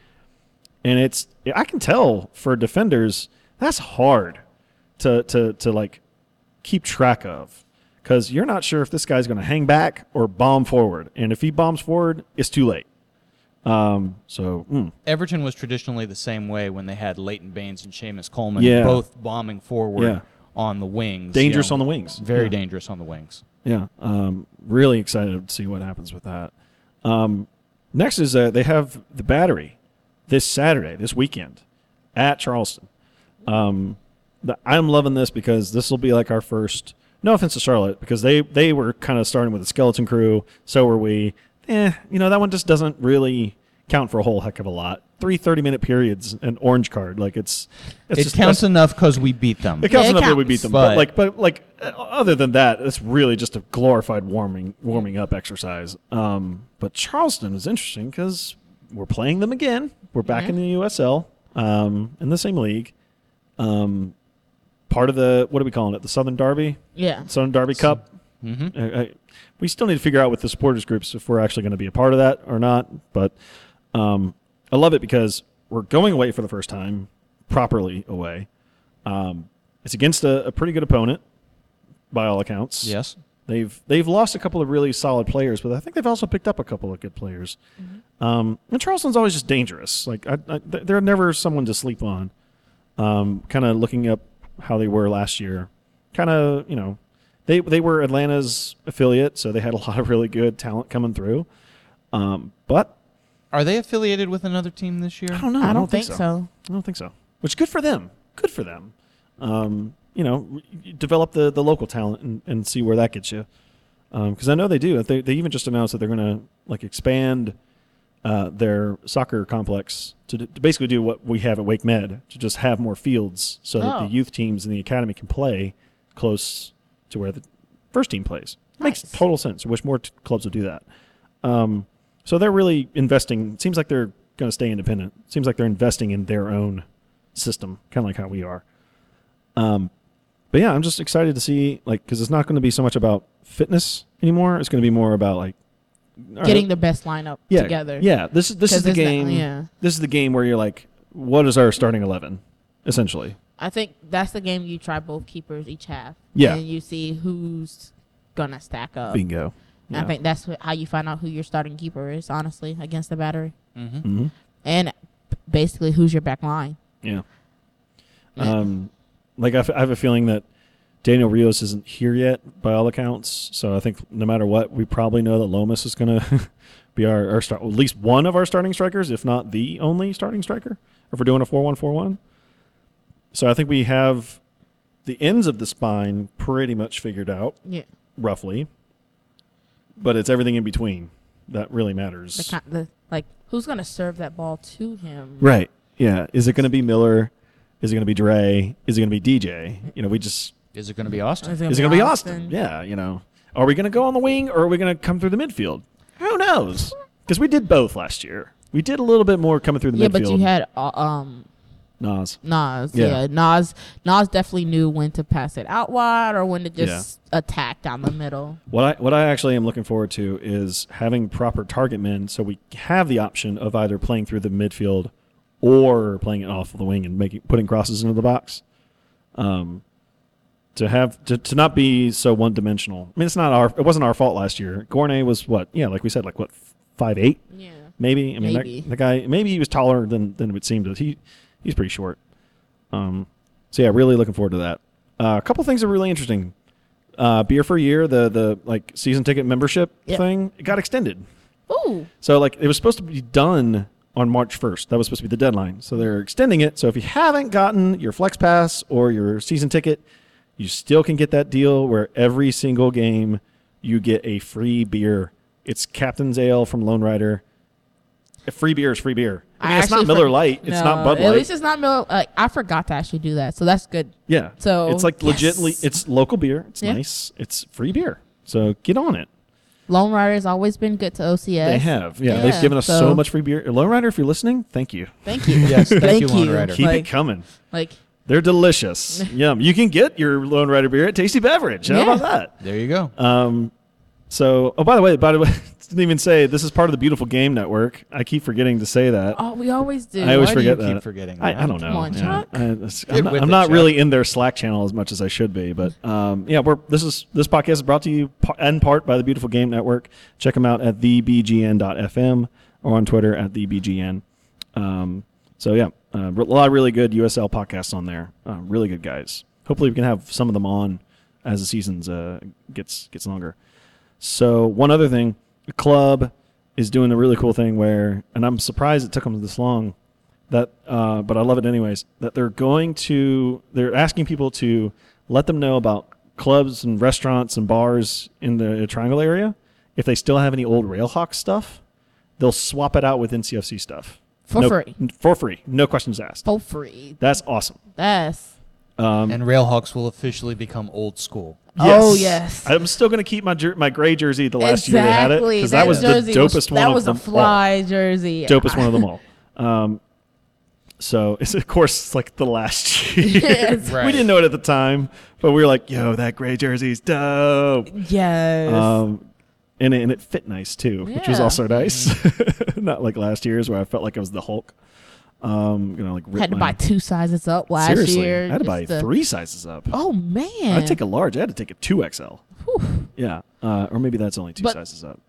Speaker 2: and it's I can tell for defenders that's hard to to to like keep track of because you're not sure if this guy's going to hang back or bomb forward, and if he bombs forward, it's too late. Um, so mm,
Speaker 4: Everton was traditionally the same way when they had Leighton Baines and Seamus Coleman
Speaker 2: Yeah.
Speaker 4: both bombing forward
Speaker 2: Yeah.
Speaker 4: on the wings. you
Speaker 2: dangerous
Speaker 4: know,
Speaker 2: on the wings,
Speaker 4: very
Speaker 2: yeah.
Speaker 4: dangerous on the wings.
Speaker 2: Yeah, um, really excited to see what happens with that. Um, next is uh, they have the battery this Saturday, this weekend at Charleston. Um, the, I'm loving this because this will be like our first. No offense to Charlotte, because they they were kind of starting with a skeleton crew. So were we. Eh, you know that one just doesn't really count for a whole heck of a lot. Three 30 minute periods, an orange card, like it's, it's
Speaker 4: It
Speaker 2: just,
Speaker 4: counts
Speaker 2: that's-
Speaker 4: enough because we beat them.
Speaker 2: it counts
Speaker 3: Yeah, it
Speaker 2: enough that we
Speaker 3: counts.
Speaker 2: beat them, but,
Speaker 4: But-
Speaker 2: like, but like, uh, other than that, it's really just a glorified warming warming up exercise. Um, but Charleston is interesting because we're playing them again. We're back
Speaker 3: Mm-hmm.
Speaker 2: in the USL, um, in the same league. Um, part of the what are we calling it? The Southern Derby,
Speaker 3: Yeah.
Speaker 2: Southern Derby Cup. Mm-hmm. we still need to figure out with the supporters groups if we're actually going to be a part of that or not. But um, I love it because we're going away for the first time, properly away. Um, it's against a, a pretty good opponent, by all accounts.
Speaker 4: Yes.
Speaker 2: They've they've lost a couple of really solid players, but I think they've also picked up a couple of good players. Um, and Charleston's always just dangerous. Like I, I, th- they're never someone to sleep on. Um, kind of looking up how they were last year. Kind of you know, they they were Atlanta's affiliate, so they had a lot of really good talent coming through. Um, but
Speaker 4: Are they affiliated with another team this year?
Speaker 2: I don't know. I
Speaker 3: I
Speaker 2: don't,
Speaker 3: don't
Speaker 2: think,
Speaker 3: think
Speaker 2: so.
Speaker 3: so.
Speaker 2: I don't think so. Which good for them. Good for them. Um, you know, y- y- develop the, the local talent and, and see where that gets you. Because I know they do. They, they even just announced that they're going to like expand uh, their soccer complex to, d- to basically do what we have at Wake Med to just have more fields so that
Speaker 3: Oh.
Speaker 2: the youth teams and the academy can play close to where the first team plays. Makes
Speaker 3: Nice.
Speaker 2: total sense. I wish more t- clubs would do that. Um, so they're really investing. It seems like they're going to stay independent. It seems like they're investing in their own system, kind of like how we are. Um, but yeah, I'm just excited to see like because it's not going to be so much about fitness anymore. It's going to be more about like all right,
Speaker 3: Getting the best lineup
Speaker 2: yeah,
Speaker 3: together.
Speaker 2: Yeah, this is this is
Speaker 3: 'Cause
Speaker 2: the
Speaker 3: it's not-
Speaker 2: game.
Speaker 3: yeah.
Speaker 2: this is the game where you're like, what is our starting eleven, essentially?
Speaker 3: I think that's the game you try both keepers each half.
Speaker 2: Yeah.
Speaker 3: And you see who's gonna stack up.
Speaker 2: Bingo.
Speaker 3: And I think that's wh- how you find out who your starting keeper is, honestly, against the battery.
Speaker 2: hmm
Speaker 3: And basically who's your back line.
Speaker 2: Yeah. Um, like I, f- I have a feeling that Daniel Rios isn't here yet, by all accounts. So I think no matter what, we probably know that Lomas is going to be our, our start, at least one of our starting strikers, if not the only starting striker. If we're doing a four-one-four-one. So I think we have the ends of the spine pretty much figured out
Speaker 3: Yeah.
Speaker 2: roughly. but it's everything in between that really matters.
Speaker 3: The, con- the, like, who's going to serve that ball to him?
Speaker 2: Right. Yeah. Is it going to be Miller? Is it going to be Dre? Is it going to be DJ? You know, we just
Speaker 4: Is it going to be Austin?
Speaker 3: gonna
Speaker 2: is it going to be Austin? Yeah. You know, are we going to go on the wing or are we going to come through the midfield? Who knows? Because we did both last year. We did a little bit more coming through the
Speaker 3: Yeah,
Speaker 2: midfield.
Speaker 3: but you had uh, um
Speaker 2: Nas.
Speaker 3: Nas.
Speaker 2: Yeah.
Speaker 3: Yeah. Nas. Nas definitely knew when to pass it out wide or when to just attack down the middle.
Speaker 2: What I what I actually am looking forward to is having proper target men, so we have the option of either playing through the midfield or playing it off of the wing and making putting crosses into the box. Um, to have to, to not be so one dimensional. I mean, it's not our it wasn't our fault last year. Gournay was what yeah, like we said, like what five eight
Speaker 3: Yeah.
Speaker 2: maybe. I mean,
Speaker 3: Maybe.
Speaker 2: That, that guy maybe he was taller than than it would seem to. He he's pretty short. Um, so yeah, really looking forward to that. Uh, a couple things are really interesting. Uh, beer for a year, the the like season ticket membership
Speaker 3: Yeah.
Speaker 2: thing it got extended.
Speaker 3: Ooh.
Speaker 2: So like it was supposed to be done on March 1st. That was supposed to be the deadline. So they're extending it. So if you haven't gotten your flex pass or your season ticket, you still can get that deal where every single game you get a free beer. It's Captain's Ale from Lone Rider. A free beer is free beer. I mean, it's not
Speaker 3: actually
Speaker 2: Miller
Speaker 3: for-
Speaker 2: Light. It's not
Speaker 3: No,
Speaker 2: Bud
Speaker 3: At
Speaker 2: Light.
Speaker 3: least it's not Miller. Like, I forgot to actually do that, so that's good.
Speaker 2: yeah.
Speaker 3: so,
Speaker 2: it's like legitimately
Speaker 3: yes.
Speaker 2: it's local beer. It's
Speaker 3: Yeah.
Speaker 2: nice. It's free beer. So get on it.
Speaker 3: Lone Rider's always been good to OCS.
Speaker 2: They have. Yeah, they've
Speaker 3: Yeah,
Speaker 2: given us so,
Speaker 3: so-
Speaker 2: much free beer. Lone Rider, if you're listening, thank you.
Speaker 3: Thank you.
Speaker 4: Yes, thank
Speaker 3: Thank
Speaker 4: you, Lone
Speaker 3: you.
Speaker 4: Rider.
Speaker 2: Keep
Speaker 3: Like-
Speaker 2: it coming.
Speaker 3: Like
Speaker 2: They're delicious. Yum. You can get your Lone Rider beer at Tasty Beverage. How
Speaker 3: Yeah.
Speaker 2: about
Speaker 4: There you go.
Speaker 2: that? Um, so, oh, by the way, by the way, didn't even say this is part of the Beautiful Game Network. I keep forgetting to say that.
Speaker 3: oh, we always do.
Speaker 2: I always
Speaker 4: why do you
Speaker 2: forget
Speaker 4: keep
Speaker 2: that.
Speaker 4: forgetting
Speaker 2: I,
Speaker 4: that?
Speaker 2: I don't know.
Speaker 3: Come on,
Speaker 2: yeah.
Speaker 3: Chuck.
Speaker 2: I, that's-
Speaker 4: Get
Speaker 2: I'm not,
Speaker 4: with
Speaker 2: I'm
Speaker 4: it,
Speaker 2: not
Speaker 4: Chuck.
Speaker 2: really in their Slack channel as much as I should be, but um, yeah, we're this is this podcast is brought to you pa- in part by the Beautiful Game Network. Check them out at thebgn.fm or on Twitter at thebgn. Um, so yeah, uh, a lot of really good USL podcasts on there. Uh, really good guys. Hopefully, we can have some of them on as the seasons uh, gets gets longer. So one other thing, the club is doing a really cool thing where, and I'm surprised it took them this long. That, uh, but I love it anyways. That they're going to, they're asking people to let them know about clubs and restaurants and bars in the Triangle area. If they still have any old Railhawk stuff, they'll swap it out with NCFC stuff
Speaker 3: For
Speaker 2: No-
Speaker 3: free. Oh.
Speaker 2: For free, no questions asked.
Speaker 3: for free.
Speaker 2: That's awesome.
Speaker 3: That's
Speaker 2: Um,
Speaker 4: and Railhawks will officially become old school.
Speaker 3: Oh, yes.
Speaker 2: I'm still gonna keep my jer- my gray jersey the last year they had it
Speaker 3: exactly.
Speaker 2: because that, was the
Speaker 3: jersey
Speaker 2: dopest one.
Speaker 3: That
Speaker 2: of
Speaker 3: was a
Speaker 2: them all.
Speaker 3: fly jersey.
Speaker 2: dopest one of them all. Um, so it's of course it's like the last year.
Speaker 3: Yes.
Speaker 4: Right.
Speaker 2: We didn't know it at the time, but we were like, "Yo, that gray jersey's dope."
Speaker 3: Yes.
Speaker 2: Um, and it, and it fit nice too, which was
Speaker 3: Yeah.
Speaker 2: also nice. Not like last year's where I felt like I was the Hulk. Um, you know, like rip
Speaker 3: had to
Speaker 2: my-
Speaker 3: buy two sizes up last
Speaker 2: Seriously,
Speaker 3: year.
Speaker 2: I had to
Speaker 3: just
Speaker 2: buy three sizes up.
Speaker 3: Oh man.
Speaker 2: I take a large. I had to take a two XL. Yeah, uh, or maybe that's only two
Speaker 3: But-
Speaker 2: sizes up.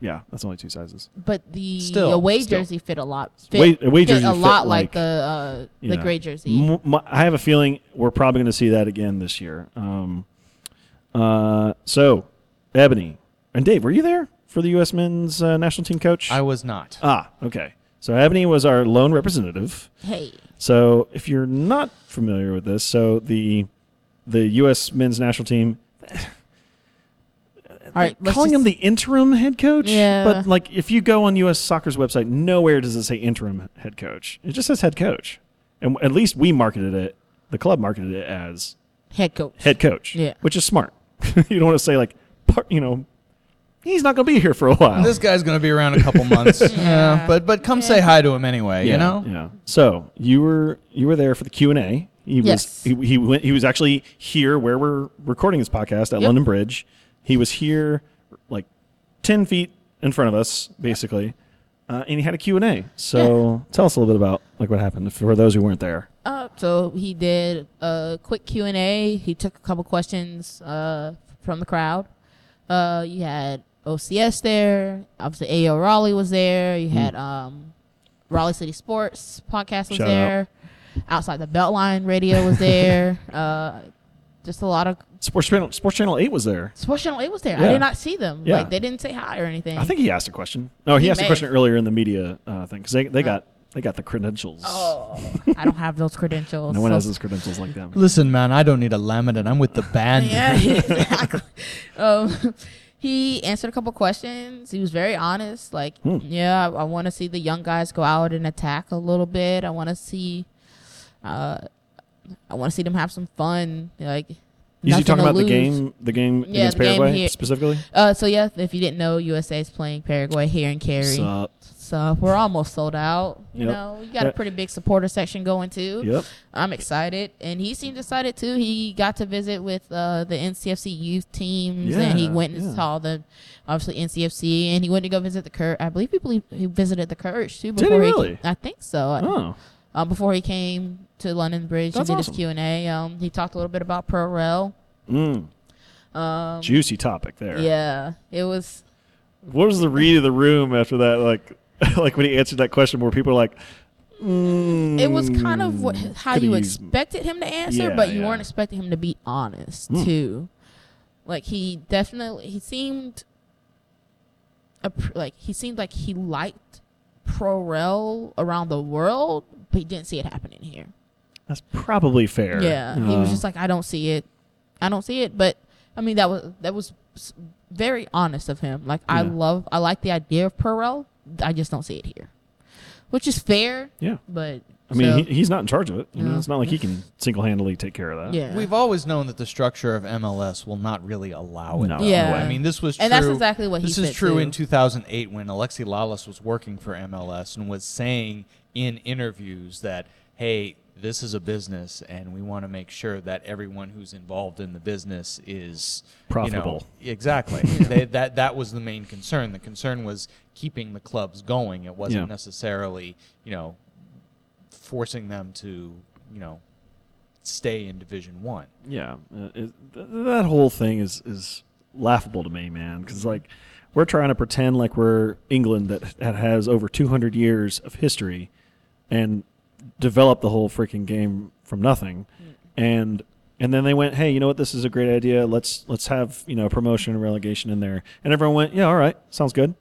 Speaker 2: Yeah, that's only two sizes.
Speaker 3: But the
Speaker 4: Still,
Speaker 3: away
Speaker 4: still.
Speaker 3: jersy fit a lot.
Speaker 2: Away-
Speaker 3: Fit,
Speaker 2: away
Speaker 3: fit
Speaker 2: jersey
Speaker 3: a
Speaker 2: fit
Speaker 3: lot
Speaker 2: like,
Speaker 3: like, the uh, the
Speaker 2: Yeah.
Speaker 3: gray jersey.
Speaker 2: M- my- I have a feeling we're probably going to see that again this year. Um, uh, so, Ebony and Dave, were you there for the U.S. men's uh, national team coach?
Speaker 4: I was not.
Speaker 2: ah, okay. So Ebony was our lone representative.
Speaker 3: Hey.
Speaker 2: So if you're not familiar with this, so the the U.S. men's national team
Speaker 3: All right. Let's
Speaker 2: calling
Speaker 3: just,
Speaker 2: him the interim head coach.
Speaker 3: Yeah.
Speaker 2: But like, if you go on U.S. Soccer's website, nowhere does it say interim head coach. It just says head coach, and at least we marketed it. The club marketed it as
Speaker 3: head coach.
Speaker 2: head coach.
Speaker 3: Yeah.
Speaker 2: Which is smart. you don't want to say like, par- you know, he's not going to be here for a while.
Speaker 4: This guy's going to be around a couple months. yeah. but but come say hi to him anyway.
Speaker 2: yeah,
Speaker 4: You know.
Speaker 2: Yeah. So you were you were there for the Q and A. He was
Speaker 3: Yes.
Speaker 2: he, he went he was actually here where we're recording this podcast at
Speaker 3: Yep.
Speaker 2: London Bridge. He was here like ten feet in front of us, basically, uh, and he had a Q and A. So tell us a little bit about like what happened for those who weren't there.
Speaker 3: Uh, so he did a quick Q and A. He took a couple questions uh, from the crowd. Uh, you had OCS there. Obviously, AO Raleigh was there.
Speaker 2: Hmm.
Speaker 3: You had um, Raleigh City Sports podcast was
Speaker 2: Shout out.
Speaker 3: there. Outside the Beltline Radio was there. uh, just a lot of
Speaker 2: Sports Channel Sports Channel Eight was there.
Speaker 3: Sports Channel Eight was there.
Speaker 2: Yeah.
Speaker 3: I did not see them.
Speaker 2: Yeah.
Speaker 3: Like they didn't say hi or anything.
Speaker 2: I think he asked a question. No, he,
Speaker 3: He
Speaker 2: asked a
Speaker 3: may
Speaker 2: question
Speaker 3: have.
Speaker 2: earlier in the media uh, thing because they, they got they got the credentials.
Speaker 3: Oh, I don't have those credentials.
Speaker 2: No one
Speaker 3: so-
Speaker 2: has his credentials like them.
Speaker 4: Listen, man, I don't need a laminate. I'm with the band.
Speaker 3: Yeah, exactly. um, He answered a couple questions. He was very honest. Like,
Speaker 2: Hmm.
Speaker 3: yeah, I, I want to see the young guys go out and attack a little bit. I want to see, uh, I want to see them have some fun. Like,
Speaker 2: Is he
Speaker 3: nothing to
Speaker 2: talking about the
Speaker 3: lose.
Speaker 2: game, the game
Speaker 3: Yeah,
Speaker 2: against
Speaker 3: the game
Speaker 2: Paraguay
Speaker 3: here.
Speaker 2: specifically?
Speaker 3: Uh, so yeah, if you didn't know, USA is playing Paraguay here in Cary. So,
Speaker 2: Sup?
Speaker 3: we're almost sold out. You
Speaker 2: Yep.
Speaker 3: know, you got
Speaker 2: Yeah.
Speaker 3: a pretty big supporter section going too.
Speaker 2: Yep.
Speaker 3: I'm excited, and he seemed excited too. He got to visit with uh, the NCFC youth teams, and he
Speaker 2: Yeah,
Speaker 3: went and
Speaker 2: yeah.
Speaker 3: saw the obviously NCFC, and he went to go visit the Courage. I believe he believe he visited the Courage too.
Speaker 2: he
Speaker 3: Before
Speaker 2: really?
Speaker 3: I think so.
Speaker 2: Oh,
Speaker 3: Uh, before he came to London Bridge
Speaker 2: That's
Speaker 3: and did
Speaker 2: awesome.
Speaker 3: his Q and A, um, he talked a little bit about pro rel.
Speaker 2: oh, mm. juicy topic there.
Speaker 3: Um, Yeah, it was
Speaker 2: What was the read of the room after that? Like, like when he answered that question, where people are like, mm,
Speaker 3: it was kind of what, how
Speaker 2: could
Speaker 3: you
Speaker 2: he-
Speaker 3: expected him to answer,
Speaker 2: Hmm. Yeah,
Speaker 3: but you
Speaker 2: yeah. Hmm.
Speaker 3: weren't expecting him to be honest too. Like he definitely he seemed, a, pr- like he seemed like he liked pro rel around the world, but he didn't see it happening here.
Speaker 2: That's probably fair. Um,
Speaker 3: Yeah, he
Speaker 2: Uh-huh.
Speaker 3: was just like, I don't see it, I don't see it. But I mean, that was that was s- very honest of him. Like I
Speaker 2: Yeah.
Speaker 3: love, I like the idea of pro rel. I just don't see it here, which is fair.
Speaker 2: yeah.
Speaker 3: But
Speaker 2: I mean,
Speaker 3: so,
Speaker 2: he, he's not in charge of it. You know,
Speaker 3: No.
Speaker 2: it's not like he can single-handedly take care of that.
Speaker 3: yeah,
Speaker 4: We've always known that the structure of MLS will not really allow it.
Speaker 2: No.
Speaker 3: Yeah.
Speaker 4: I mean, this was true.
Speaker 3: And that's exactly what he
Speaker 4: This
Speaker 3: said,
Speaker 4: is true
Speaker 3: too.
Speaker 4: in 2008 when Alexi Lalas was working for MLS and was saying in interviews that, hey, this is a business and we want to make sure that everyone who's involved in the business is you know,
Speaker 2: Profitable.
Speaker 4: exactly. they, that, that was the main concern. The concern was keeping the clubs going. It wasn't
Speaker 2: Yeah.
Speaker 4: necessarily, you know, forcing them to, you know, stay in Division One.
Speaker 2: yeah, uh, it, th- that whole thing is is laughable to me, man. Because like we're trying to pretend like we're England that, that has over 200 years of history and developed the whole freaking game from nothing, and and then they went, hey, you know what? This is a great idea. Let's let's have you know promotion and relegation in there, and everyone went, yeah, all right, sounds good.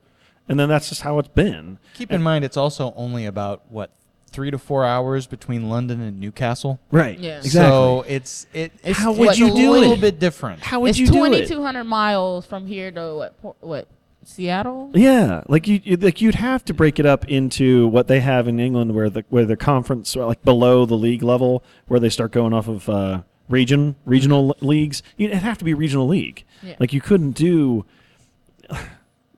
Speaker 2: And then that's just how it's been.
Speaker 4: Keep in mind, it's also only about what three to four hours between London and Newcastle.
Speaker 2: Right.
Speaker 3: Yeah.
Speaker 2: Exactly.
Speaker 4: So it's it.
Speaker 3: It's
Speaker 4: how
Speaker 3: what
Speaker 4: would you
Speaker 3: the
Speaker 4: do it? A
Speaker 3: Lord-
Speaker 4: little bit different.
Speaker 2: how would
Speaker 3: it's
Speaker 2: you do it?
Speaker 3: 2,200 miles from here to what? Por- What? Seattle?
Speaker 2: Yeah, like you, you like you'd have to break it up into what they have in England, where the where the conference well, like below the league level, where they start going off of uh, region regional l- leagues. You- It'd have to be a regional league.
Speaker 3: Yeah.
Speaker 2: Like you couldn't do.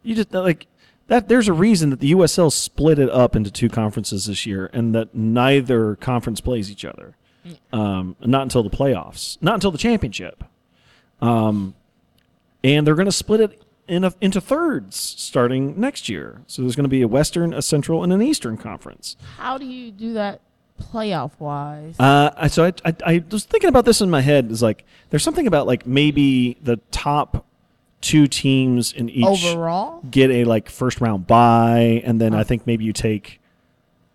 Speaker 2: You just like that. There's a reason that the USL split it up into two conferences this year, and that neither conference plays each other. Um, not until the playoffs. Not until the championship Um, and they're going to split it in a, into thirds starting next year. So there's going to be a Western, a Central, and an Eastern conference.
Speaker 3: How do you do that playoff wise?
Speaker 2: Uh, I- so I, I, I was thinking about this in my head. Is like there's something about like maybe the top two teams in each
Speaker 3: Overall?
Speaker 2: get a like first round bye, and then I
Speaker 4: Oh.
Speaker 2: think maybe you take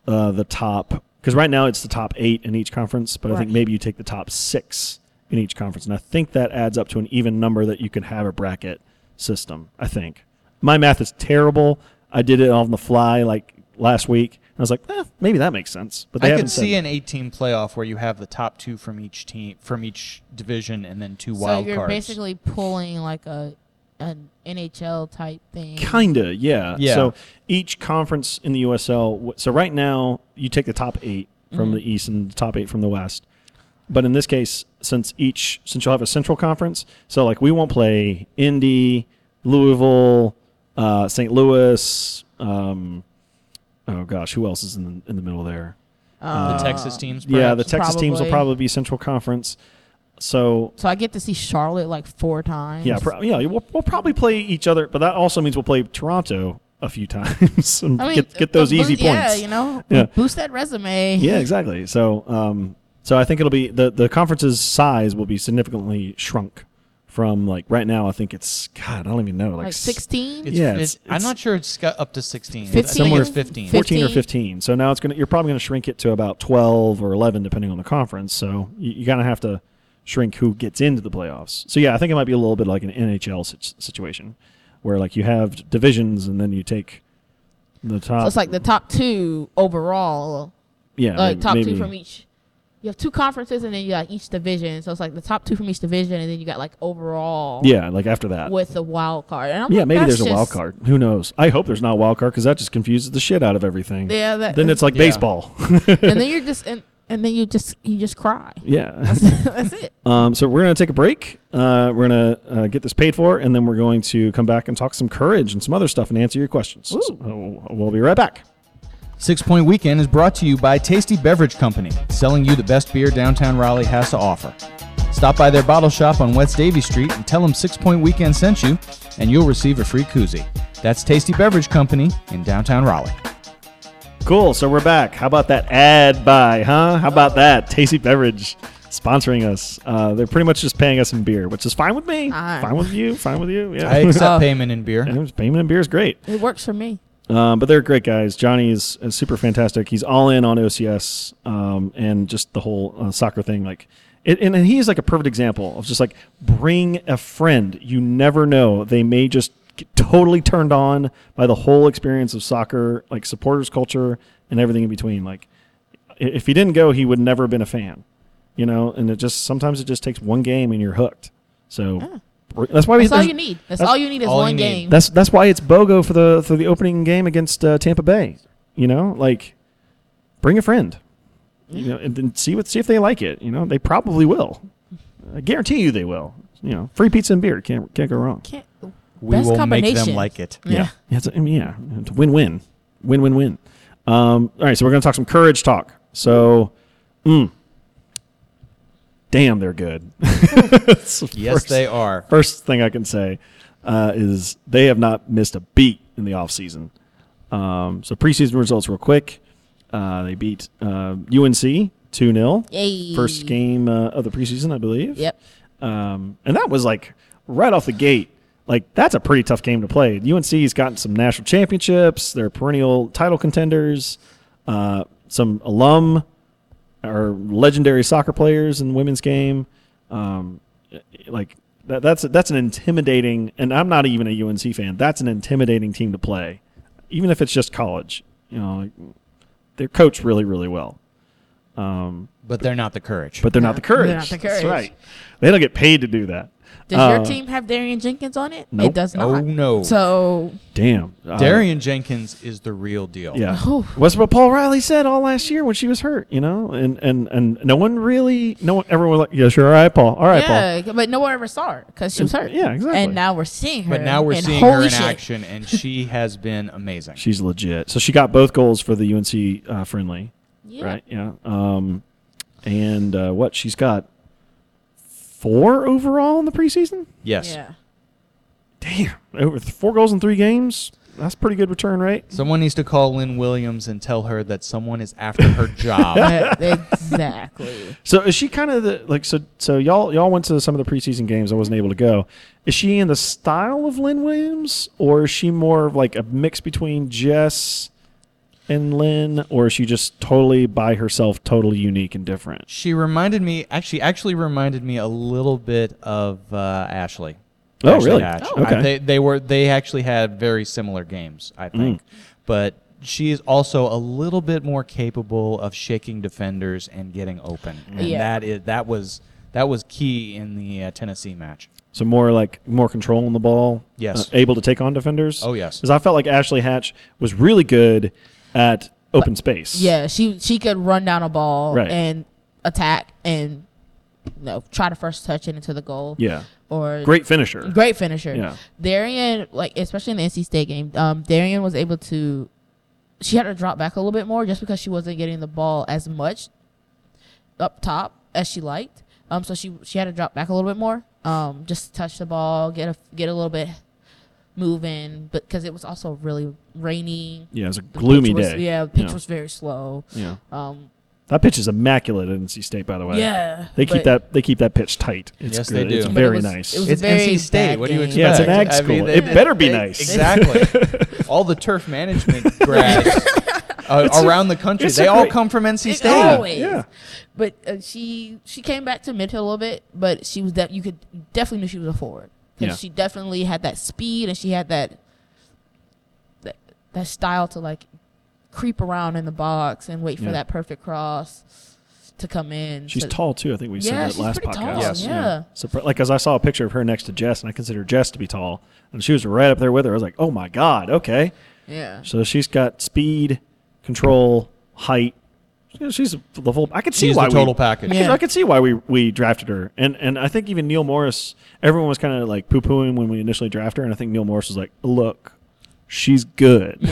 Speaker 2: uh, the top because right now it's the top eight in each conference, but I think
Speaker 3: Right.
Speaker 2: maybe you take the top six in each conference, and I think that adds up to an even number that you can have a bracket system. I think my math is terrible. I did it on the fly like last week. and I was like, eh, maybe that makes sense, but they
Speaker 4: I
Speaker 2: haven't
Speaker 4: could see
Speaker 2: said-
Speaker 4: an eight-team playoff where you have the top two from each team, from each division, and then two
Speaker 3: so
Speaker 4: wild
Speaker 3: you're
Speaker 4: cards.
Speaker 3: basically pulling like a an NHL type thing.
Speaker 2: Kinda, yeah.
Speaker 4: Yeah.
Speaker 2: So each conference in the USL. w- So right now, you take the top eight from
Speaker 4: Mm-hmm.
Speaker 2: the East and the top eight from the West. But in this case, since each since you'll have a central conference, so like we won't play Indy, Louisville, uh, St. Louis. Um, oh gosh, who else is in the, in the middle there?
Speaker 3: Uh,
Speaker 4: the Texas teams.
Speaker 2: Yeah,
Speaker 4: perhaps?
Speaker 2: the Texas teams will
Speaker 3: Probably.
Speaker 2: probably be central conference. So
Speaker 3: So I get to see Charlotte like four times.
Speaker 2: yeah, pro- yeah, we'll, we'll probably play each other, but that also means we'll play Toronto a few times and
Speaker 3: I mean,
Speaker 2: get get those
Speaker 3: but
Speaker 2: easy
Speaker 3: boo- Yeah,
Speaker 2: points.
Speaker 3: you know,
Speaker 2: Yeah.
Speaker 3: boost that resume.
Speaker 2: Yeah, exactly. So, um, so I think it'll be the the conference's size will be significantly shrunk from like right now. I think it's God, I don't even know, like,
Speaker 3: Like
Speaker 2: s-
Speaker 3: 16.
Speaker 4: It's,
Speaker 2: Yeah,
Speaker 4: it's-
Speaker 2: it's-
Speaker 4: I'm
Speaker 2: it's-
Speaker 4: not sure it's got up to 16. I think it's
Speaker 3: 15.
Speaker 4: 15.
Speaker 2: 14 or
Speaker 3: 15.
Speaker 2: 15. So now it's gonna you're probably gonna shrink it to about 12 or 11 depending on the conference. So you, you kind of have to shrink who gets into the playoffs. So yeah, I think it might be a little bit like an NHL sit- situation where like you have divisions and then you take the top.
Speaker 3: So it's like the top two overall,
Speaker 2: yeah,
Speaker 3: like
Speaker 2: may-
Speaker 3: Uh, top
Speaker 2: maybe,
Speaker 3: two from each you have two conferences and then you got each division. So it's like the top two from each division, and then you got like overall
Speaker 2: Yeah, like after that.
Speaker 3: with the wild card. And I'm
Speaker 2: yeah,
Speaker 3: like,
Speaker 2: maybe
Speaker 3: that's
Speaker 2: there's a wild
Speaker 3: just-
Speaker 2: card. Who knows? I hope there's not a wild card because that just confuses the shit out of everything.
Speaker 3: Yeah, that,
Speaker 2: Then it's like
Speaker 4: Yeah.
Speaker 2: baseball.
Speaker 3: and then you're just and, and then you just you just cry.
Speaker 2: yeah.
Speaker 3: that's it.
Speaker 2: Um, so we're going to take a break. Uh, we're going to uh, get this paid for, and then we're going to come back and talk some courage and some other stuff and answer your questions. So uh, we'll be right back.
Speaker 4: Six Point Weekend is brought to you by Tasty Beverage Company, selling you the best beer downtown Raleigh has to offer. Stop by their bottle shop on West Davy Street and tell them Six Point Weekend sent you, and you'll receive a free koozie. That's Tasty Beverage Company in downtown Raleigh.
Speaker 2: Cool. So we're back. How about that ad buy, huh? How about that? Tasty Beverage sponsoring us. Uh, they're pretty much just paying us in beer, which is fine with me.
Speaker 3: Fine.
Speaker 2: Fine with you. Fine with you. Yeah.
Speaker 4: I accept
Speaker 3: Oh.
Speaker 4: payment in beer.
Speaker 2: And payment in beer is great.
Speaker 3: It works for me.
Speaker 2: Um, but they're great guys. Johnny's is super fantastic. He's all in on OCS um, and just the whole uh, soccer thing. Like, it, and, and he's like a perfect example of just like bring a friend. You never know; they may just get totally turned on by the whole experience of soccer, like supporters culture and everything in between. Like, i- if he didn't go, he would never have been a fan. You know, and it just sometimes it just takes one game and you're hooked. So br- that's why we.
Speaker 3: That's all
Speaker 2: there's-
Speaker 3: you need. That's,
Speaker 2: that's-
Speaker 3: all you need is
Speaker 4: all you
Speaker 3: one
Speaker 4: need.
Speaker 3: game.
Speaker 2: that's that's why it's Bogo for the for the opening game against uh, Tampa Bay. You know, like bring a friend. You know, and then see what see if they like it. You know, they probably will. I guarantee you they will. You know, free pizza and beer can't can't go wrong.
Speaker 3: Can't,
Speaker 4: We
Speaker 3: best
Speaker 4: will make them
Speaker 3: combination.
Speaker 4: like it.
Speaker 2: Yeah, yeah, it's, I mean, yeah. It's win win, win win win. Um, all right, so we're gonna talk some courage talk. So, mm, damn, they're good. It's the
Speaker 4: Yes,
Speaker 2: first-
Speaker 4: they are.
Speaker 2: first thing I can say uh, is they have not missed a beat in the offseason. Um, so preseason results real quick. Uh, they beat uh, UNC 2 0.
Speaker 3: Yay.
Speaker 2: First game uh, of the preseason, I believe.
Speaker 3: Yep.
Speaker 2: Um, and that was like right off the gate. Like that's a pretty tough game to play. UNC's gotten some national championships. They're perennial title contenders. Uh, some alum or legendary soccer players in the women's game. Um, like that, that's that's an intimidating. And I'm not even a UNC fan. That's an intimidating team to play, even if it's just college. You know, like, they're coached really, really well. Um,
Speaker 4: But they're not the courage.
Speaker 2: but they're not the courage.
Speaker 3: They're not the
Speaker 2: That's
Speaker 3: courage.
Speaker 2: right. They don't get paid to do that.
Speaker 3: Does
Speaker 2: Uh,
Speaker 3: your team have Darian Jenkins on it?
Speaker 2: nope.
Speaker 3: It does not.
Speaker 4: Oh, no.
Speaker 3: So
Speaker 2: Damn. Uh,
Speaker 4: Darian Jenkins is the real deal.
Speaker 2: Yeah.
Speaker 3: Oh.
Speaker 2: That's what Paul Riley said all last year when she was hurt, you know? And and and no one really no one everyone was like, Yeah, sure, all right, Paul. All right, Paul.
Speaker 3: yeah, but no one ever saw her because she was hurt.
Speaker 2: yeah, exactly.
Speaker 3: And now we're seeing her.
Speaker 4: But now we're
Speaker 3: and
Speaker 4: seeing
Speaker 3: holy
Speaker 4: her in
Speaker 3: shit.
Speaker 4: action, and she has been amazing.
Speaker 2: She's legit. So she got both goals for the UNC uh, friendly.
Speaker 3: Yeah.
Speaker 2: Right? Yeah. Um and uh, what she's got four overall in the preseason?
Speaker 4: yes.
Speaker 3: Yeah.
Speaker 2: Damn. Over th- four goals in three games. That's pretty good return rate.
Speaker 4: Someone needs to call Lynn Williams and tell her that someone is after her job.
Speaker 3: But- exactly.
Speaker 2: So is she kind of the like so so y'all y'all went to some of the preseason games I wasn't able to go. Is she in the style of Lynn Williams or is she more of like a mix between Jess and Lynn or is she just totally by herself, totally unique and different?
Speaker 4: she reminded me, actually, actually reminded me a little bit of uh, Ashley.
Speaker 2: Oh,
Speaker 4: Ashley
Speaker 2: really?
Speaker 4: Hatch.
Speaker 2: Oh, okay. Hmm.
Speaker 4: I- they, they were they actually had very similar games, I think, but she is also a little bit more capable of shaking defenders and getting open, and
Speaker 3: Yeah.
Speaker 4: that is that was that was key in the uh, Tennessee match.
Speaker 2: So more like more control on the ball.
Speaker 4: Yes.
Speaker 2: uh, able to take on defenders.
Speaker 4: Oh, yes.
Speaker 2: Because I felt like Ashley Hatch was really good at open space.
Speaker 3: Yeah, she she could run down a ball
Speaker 2: Right.
Speaker 3: and attack and you know, try to first touch it into the goal.
Speaker 2: Yeah.
Speaker 3: Or
Speaker 2: Great finisher.
Speaker 3: great finisher.
Speaker 2: Yeah.
Speaker 3: Darian, like especially in the NC State game, um, Darian was able to she had to drop back a little bit more just because she wasn't getting the ball as much up top as she liked. Um, so she she had to drop back a little bit more. Um, just to touch the ball, get a get a little bit moving, but because it was also really rainy.
Speaker 2: Yeah, it was a
Speaker 3: The
Speaker 2: gloomy
Speaker 3: pitch was-
Speaker 2: day.
Speaker 3: Yeah, the pitch
Speaker 2: Yeah.
Speaker 3: was very slow.
Speaker 2: Yeah.
Speaker 3: Um,
Speaker 2: That pitch is immaculate at NC State, by the way.
Speaker 3: yeah,
Speaker 2: They keep
Speaker 3: but-
Speaker 2: that they keep that pitch tight. It's
Speaker 4: Yes,
Speaker 2: good.
Speaker 4: they
Speaker 2: It's
Speaker 4: do.
Speaker 3: But it
Speaker 2: very
Speaker 3: was-
Speaker 2: nice.
Speaker 3: it was
Speaker 4: It's
Speaker 3: very
Speaker 4: NC State.
Speaker 3: bad
Speaker 4: What do you
Speaker 3: game.
Speaker 4: expect?
Speaker 2: Yeah, it's an ag school. It better be
Speaker 4: they-
Speaker 2: nice.
Speaker 4: Exactly. all the turf management grads uh,
Speaker 2: It's a-
Speaker 4: around the country,
Speaker 2: it's a
Speaker 4: they all
Speaker 2: great-
Speaker 4: come from NC
Speaker 3: It
Speaker 4: State.
Speaker 3: always.
Speaker 2: yeah.
Speaker 3: But uh, she she came back to midfield a little bit, but she was that you could you definitely knew she was a forward because
Speaker 2: Yeah.
Speaker 3: she definitely had that speed and she had that, that that style to like creep around in the box and wait for
Speaker 2: Yeah.
Speaker 3: that perfect cross. to come in.
Speaker 2: She's
Speaker 3: to-
Speaker 2: tall too. I think we
Speaker 3: Yeah,
Speaker 2: said that
Speaker 3: she's
Speaker 2: last
Speaker 3: pretty
Speaker 2: podcast.
Speaker 3: tall,
Speaker 2: Yes.
Speaker 3: yeah.
Speaker 2: So, pr- like, as I saw a picture of her next to Jess, and I consider Jess to be tall, and she was right up there with her. I was like, oh my god, okay.
Speaker 3: Yeah.
Speaker 2: So she's got speed, control, height. She's the full. I could see
Speaker 4: She's
Speaker 2: why
Speaker 4: the total
Speaker 2: we,
Speaker 4: package.
Speaker 2: I could-
Speaker 3: Yeah.
Speaker 2: I could see why we, we drafted her, and and I think even Neil Morris, everyone was kind of like poo pooing when we initially drafted her, and I think Neil Morris was like, "Look, she's good.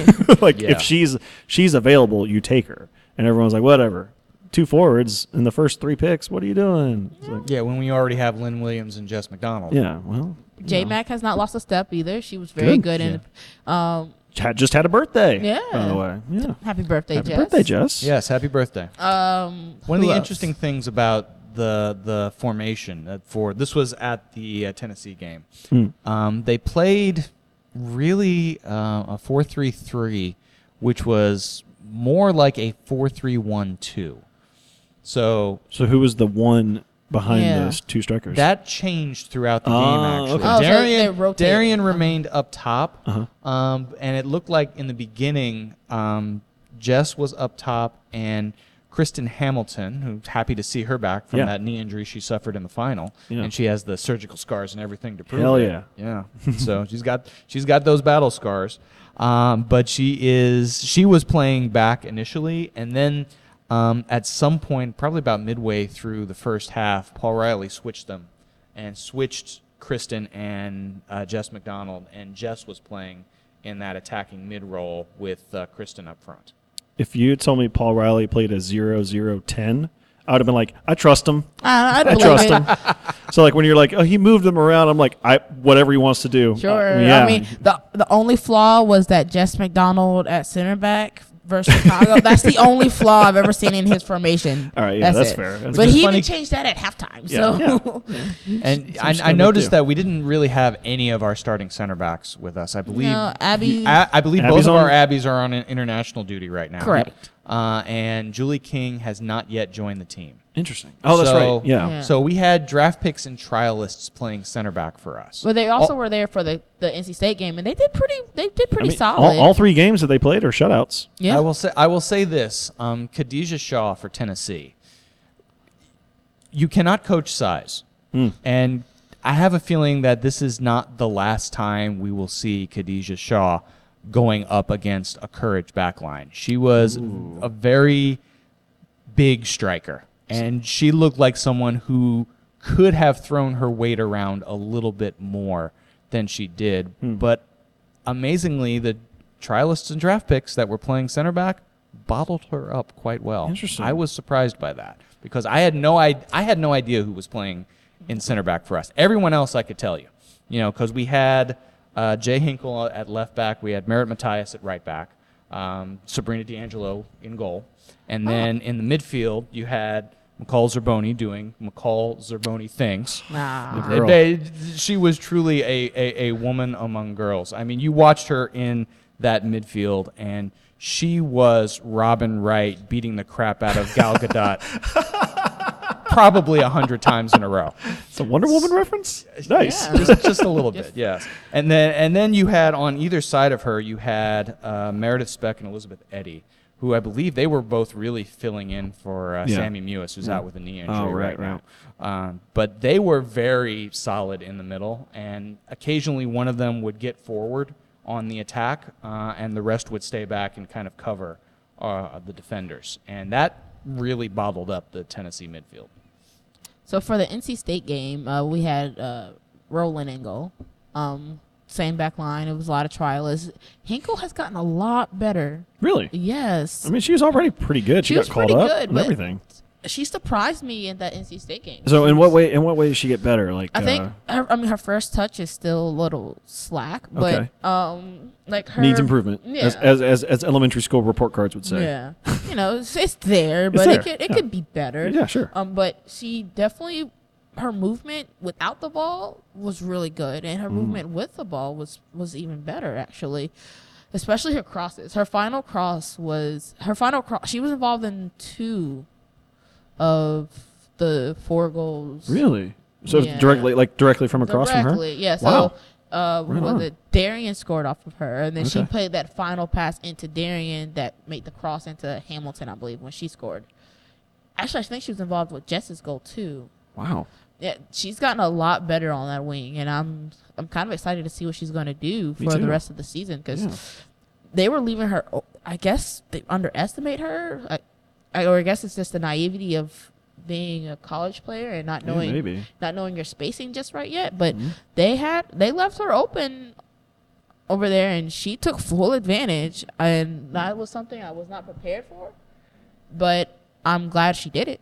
Speaker 2: like
Speaker 4: Yeah.
Speaker 2: if she's she's available, you take her." And everyone's like, "Whatever." Two forwards in the first three picks. What are you doing? It's like,
Speaker 4: Yeah, when we already have Lynn Williams and Jess McDonald.
Speaker 2: yeah, well, you
Speaker 3: J
Speaker 2: know.
Speaker 3: Mac has not lost a step either. She was very
Speaker 2: Good.
Speaker 3: good, and um,
Speaker 2: had just had a birthday.
Speaker 3: Yeah.
Speaker 2: by the way, yeah.
Speaker 3: happy birthday,
Speaker 2: Happy
Speaker 3: Jess.
Speaker 2: birthday, Jess.
Speaker 4: Yes, happy birthday.
Speaker 3: Um,
Speaker 4: One of
Speaker 3: who
Speaker 4: the
Speaker 3: else?
Speaker 4: interesting things about the the formation that for this was at the uh, Tennessee game.
Speaker 3: Hmm.
Speaker 4: Um, they played really uh, a four three three, which was more like a four three one two. So
Speaker 2: So who was the one behind
Speaker 3: Yeah.
Speaker 2: those two strikers?
Speaker 4: That changed throughout the game.
Speaker 2: Oh,
Speaker 4: Actually,
Speaker 2: okay. Oh,
Speaker 3: so they Uh-huh.
Speaker 4: Darian,
Speaker 3: rotate.
Speaker 4: Darian remained up top,
Speaker 2: Uh-huh.
Speaker 4: um, and it looked like in the beginning, um, Jess was up top, and Kristen Hamilton, who's happy to see her back from
Speaker 2: Yeah.
Speaker 4: that knee injury she suffered in the final,
Speaker 2: Yeah.
Speaker 4: and she has the surgical scars and everything to prove
Speaker 2: Hell
Speaker 4: it.
Speaker 2: yeah.
Speaker 4: Yeah. so she's got she's got those battle scars, um, but she is she was playing back initially, and then um, at some point, probably about midway through the first half, Paul Riley switched them and switched Kristen and uh, Jess McDonald, and Jess was playing in that attacking mid role with uh, Kristen up front.
Speaker 2: if you had told me Paul Riley played a zero zero ten, I would have been like, I trust him.
Speaker 3: I, I
Speaker 2: I
Speaker 3: don't believe
Speaker 2: trust
Speaker 3: it.
Speaker 2: him. so like when you're like, oh, he moved them around. I'm like, I whatever he wants to do.
Speaker 3: Sure.
Speaker 2: Uh, yeah.
Speaker 3: I mean, the the only flaw was that Jess McDonald at center back versus Chicago. that's the only flaw I've ever seen in his formation.
Speaker 2: All right, yeah, that's
Speaker 3: it.
Speaker 2: fair. That's
Speaker 3: but
Speaker 2: good.
Speaker 3: he
Speaker 4: Funny-
Speaker 3: even changed that at halftime.
Speaker 2: Yeah,
Speaker 3: so
Speaker 4: And
Speaker 2: Some
Speaker 4: I, I
Speaker 2: standard
Speaker 4: noticed
Speaker 2: too.
Speaker 4: that we didn't really have any of our starting center backs with us. I believe
Speaker 3: No, Abby-
Speaker 4: I, I believe both
Speaker 2: Abby's
Speaker 4: of
Speaker 2: on-
Speaker 4: our Abbies are on international duty right now.
Speaker 3: Correct.
Speaker 4: Uh, and Julie King has not yet joined the team.
Speaker 2: interesting. Oh, that's
Speaker 4: So-
Speaker 2: right. Yeah.
Speaker 3: Yeah.
Speaker 4: So we had draft picks and trialists playing center back for us.
Speaker 3: but they also
Speaker 4: All-
Speaker 3: were there for the, the NC State game, and they did pretty they did
Speaker 2: I
Speaker 3: pretty
Speaker 2: mean,
Speaker 3: solid.
Speaker 2: All, all three games that they played are shutouts.
Speaker 3: yeah.
Speaker 4: I will say I will say this: um, Khadijah Shaw for Tennessee. You cannot coach size, and I have a feeling that this is not the last time we will see Khadijah Shaw going up against a courage backline. She was a very big striker, and she looked like someone who could have thrown her weight around a little bit more than she did. But amazingly, the trialists and draft picks that were playing center back bottled her up quite well.
Speaker 2: Interesting.
Speaker 4: I was surprised by that because I had no I, I had no idea who was playing in center back for us. Everyone else I could tell you, you know, because we had uh, Jay Hinkle at left back, we had Merritt Matthias at right back, um, Sabrina D'Angelo in goal, and then in the midfield you had McCall Zerboni doing McCall Zerboni things.
Speaker 3: Nah.
Speaker 2: Girl.
Speaker 4: They- she was truly a, a, a woman among girls. I mean, you watched her in that midfield, and she was Robin Wright beating the crap out of Gal Gadot probably a hundred times in a row.
Speaker 2: It's a Wonder Woman reference. Nice.
Speaker 3: Yeah.
Speaker 4: Just, just a little bit, yes. And then and then you had on either side of her, you had uh, Meredith Speck and Elizabeth Eddy, who I believe they were both really filling in for uh,
Speaker 2: Yeah.
Speaker 4: Sammy Mewis, who's out with a knee injury
Speaker 2: Oh,
Speaker 4: right,
Speaker 2: right, right.
Speaker 4: now. Um, but they were very solid in the middle, and occasionally one of them would get forward on the attack, uh, and the rest would stay back and kind of cover uh, the defenders, and that really bottled up the Tennessee midfield.
Speaker 3: So for the NC State game, uh, we had uh, Roland and goal. Um, same back line. It was a lot of trialists. Hinkle has gotten a lot better.
Speaker 2: Really.
Speaker 3: Yes.
Speaker 2: I mean, she was already pretty good. She,
Speaker 3: She was
Speaker 2: got called
Speaker 3: pretty
Speaker 2: up
Speaker 3: good,
Speaker 2: and
Speaker 3: but-
Speaker 2: everything.
Speaker 3: she surprised me in that NC State game.
Speaker 2: So
Speaker 3: She
Speaker 2: in what
Speaker 3: was-
Speaker 2: way? In what way did she get better? Like
Speaker 3: I think
Speaker 2: uh,
Speaker 3: her, I mean her first touch is still a little slack, but
Speaker 2: Okay.
Speaker 3: um, like her
Speaker 2: uh, needs improvement,
Speaker 3: Yeah,
Speaker 2: as, as as as elementary school report cards would say.
Speaker 3: yeah, you know it's, it's there, but
Speaker 2: there,
Speaker 3: it could it
Speaker 2: yeah.
Speaker 3: could be better.
Speaker 2: Yeah, sure.
Speaker 3: Um, but she definitely her movement without the ball was really good, and
Speaker 2: Mm.
Speaker 3: her movement with the ball was was even better actually. Especially her crosses. Her final cross was her final cross. She was involved in two of the four goals.
Speaker 2: Really? So
Speaker 3: Yeah.
Speaker 2: directly, like directly from across from her.
Speaker 3: directly. Yeah. So, uh,
Speaker 2: Right
Speaker 3: was
Speaker 2: on.
Speaker 3: it Darian scored off of her, and then she
Speaker 2: Okay.
Speaker 3: played that final pass into Darian that made the cross into Hamilton, I believe, when she scored. Actually, I think she was involved with Jess's goal too.
Speaker 2: Wow.
Speaker 3: Yeah, she's gotten a lot better on that wing, and I'm I'm kind of excited to see what she's going to do
Speaker 2: Me
Speaker 3: for the
Speaker 2: too.
Speaker 3: rest of the season because
Speaker 2: Yeah.
Speaker 3: they were leaving her. I guess they underestimate her, I, I, or I guess it's just the naivety of being a college player and not
Speaker 2: Yeah,
Speaker 3: knowing
Speaker 2: maybe. Mm-hmm.
Speaker 3: not knowing your spacing just right yet. But they had they left her open over there, and she took full advantage, and that was something I was not prepared for. But I'm glad she did it.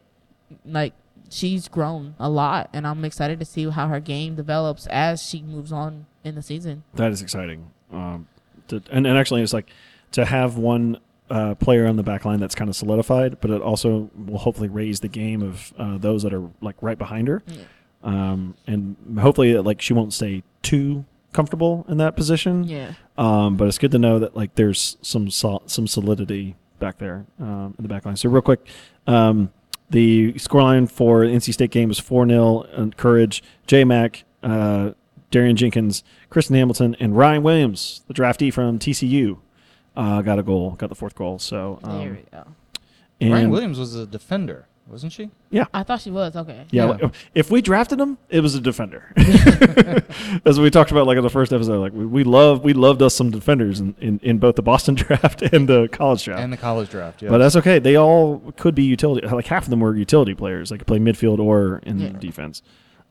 Speaker 3: Like she's grown a lot, and I'm excited to see how her game develops as she moves on in the season.
Speaker 2: That is exciting. Um, to, and, and actually, it's like to have one uh, player on the back line that's kind of solidified, but it also will hopefully raise the game of uh, those that are like right behind her. Um, and hopefully, like she won't stay too comfortable in that position.
Speaker 3: Yeah.
Speaker 2: Um, but it's good to know that like there's some sol- some solidity back there um, in the back line. So real quick, um, the scoreline for the NC State game was four 0 Courage, J Mac, uh, Darian Jenkins, Kristen Hamilton, and Ryan Williams, the draftee from TCU, uh, got a goal, got the fourth goal. So um,
Speaker 3: there we go.
Speaker 2: and-
Speaker 4: Ryan Williams was a defender, wasn't she?
Speaker 2: yeah.
Speaker 3: I thought she was okay.
Speaker 2: Yeah,
Speaker 4: Yeah.
Speaker 2: if we drafted him, it was a defender. As we talked about, like in the first episode, like we, we love we loved us some defenders in, in, in both the Boston draft and the college draft.
Speaker 4: And the college draft, yeah.
Speaker 2: but uh, that's okay. They all could be utility. Like half of them were utility players. They could play midfield or in
Speaker 3: Yeah.
Speaker 2: defense.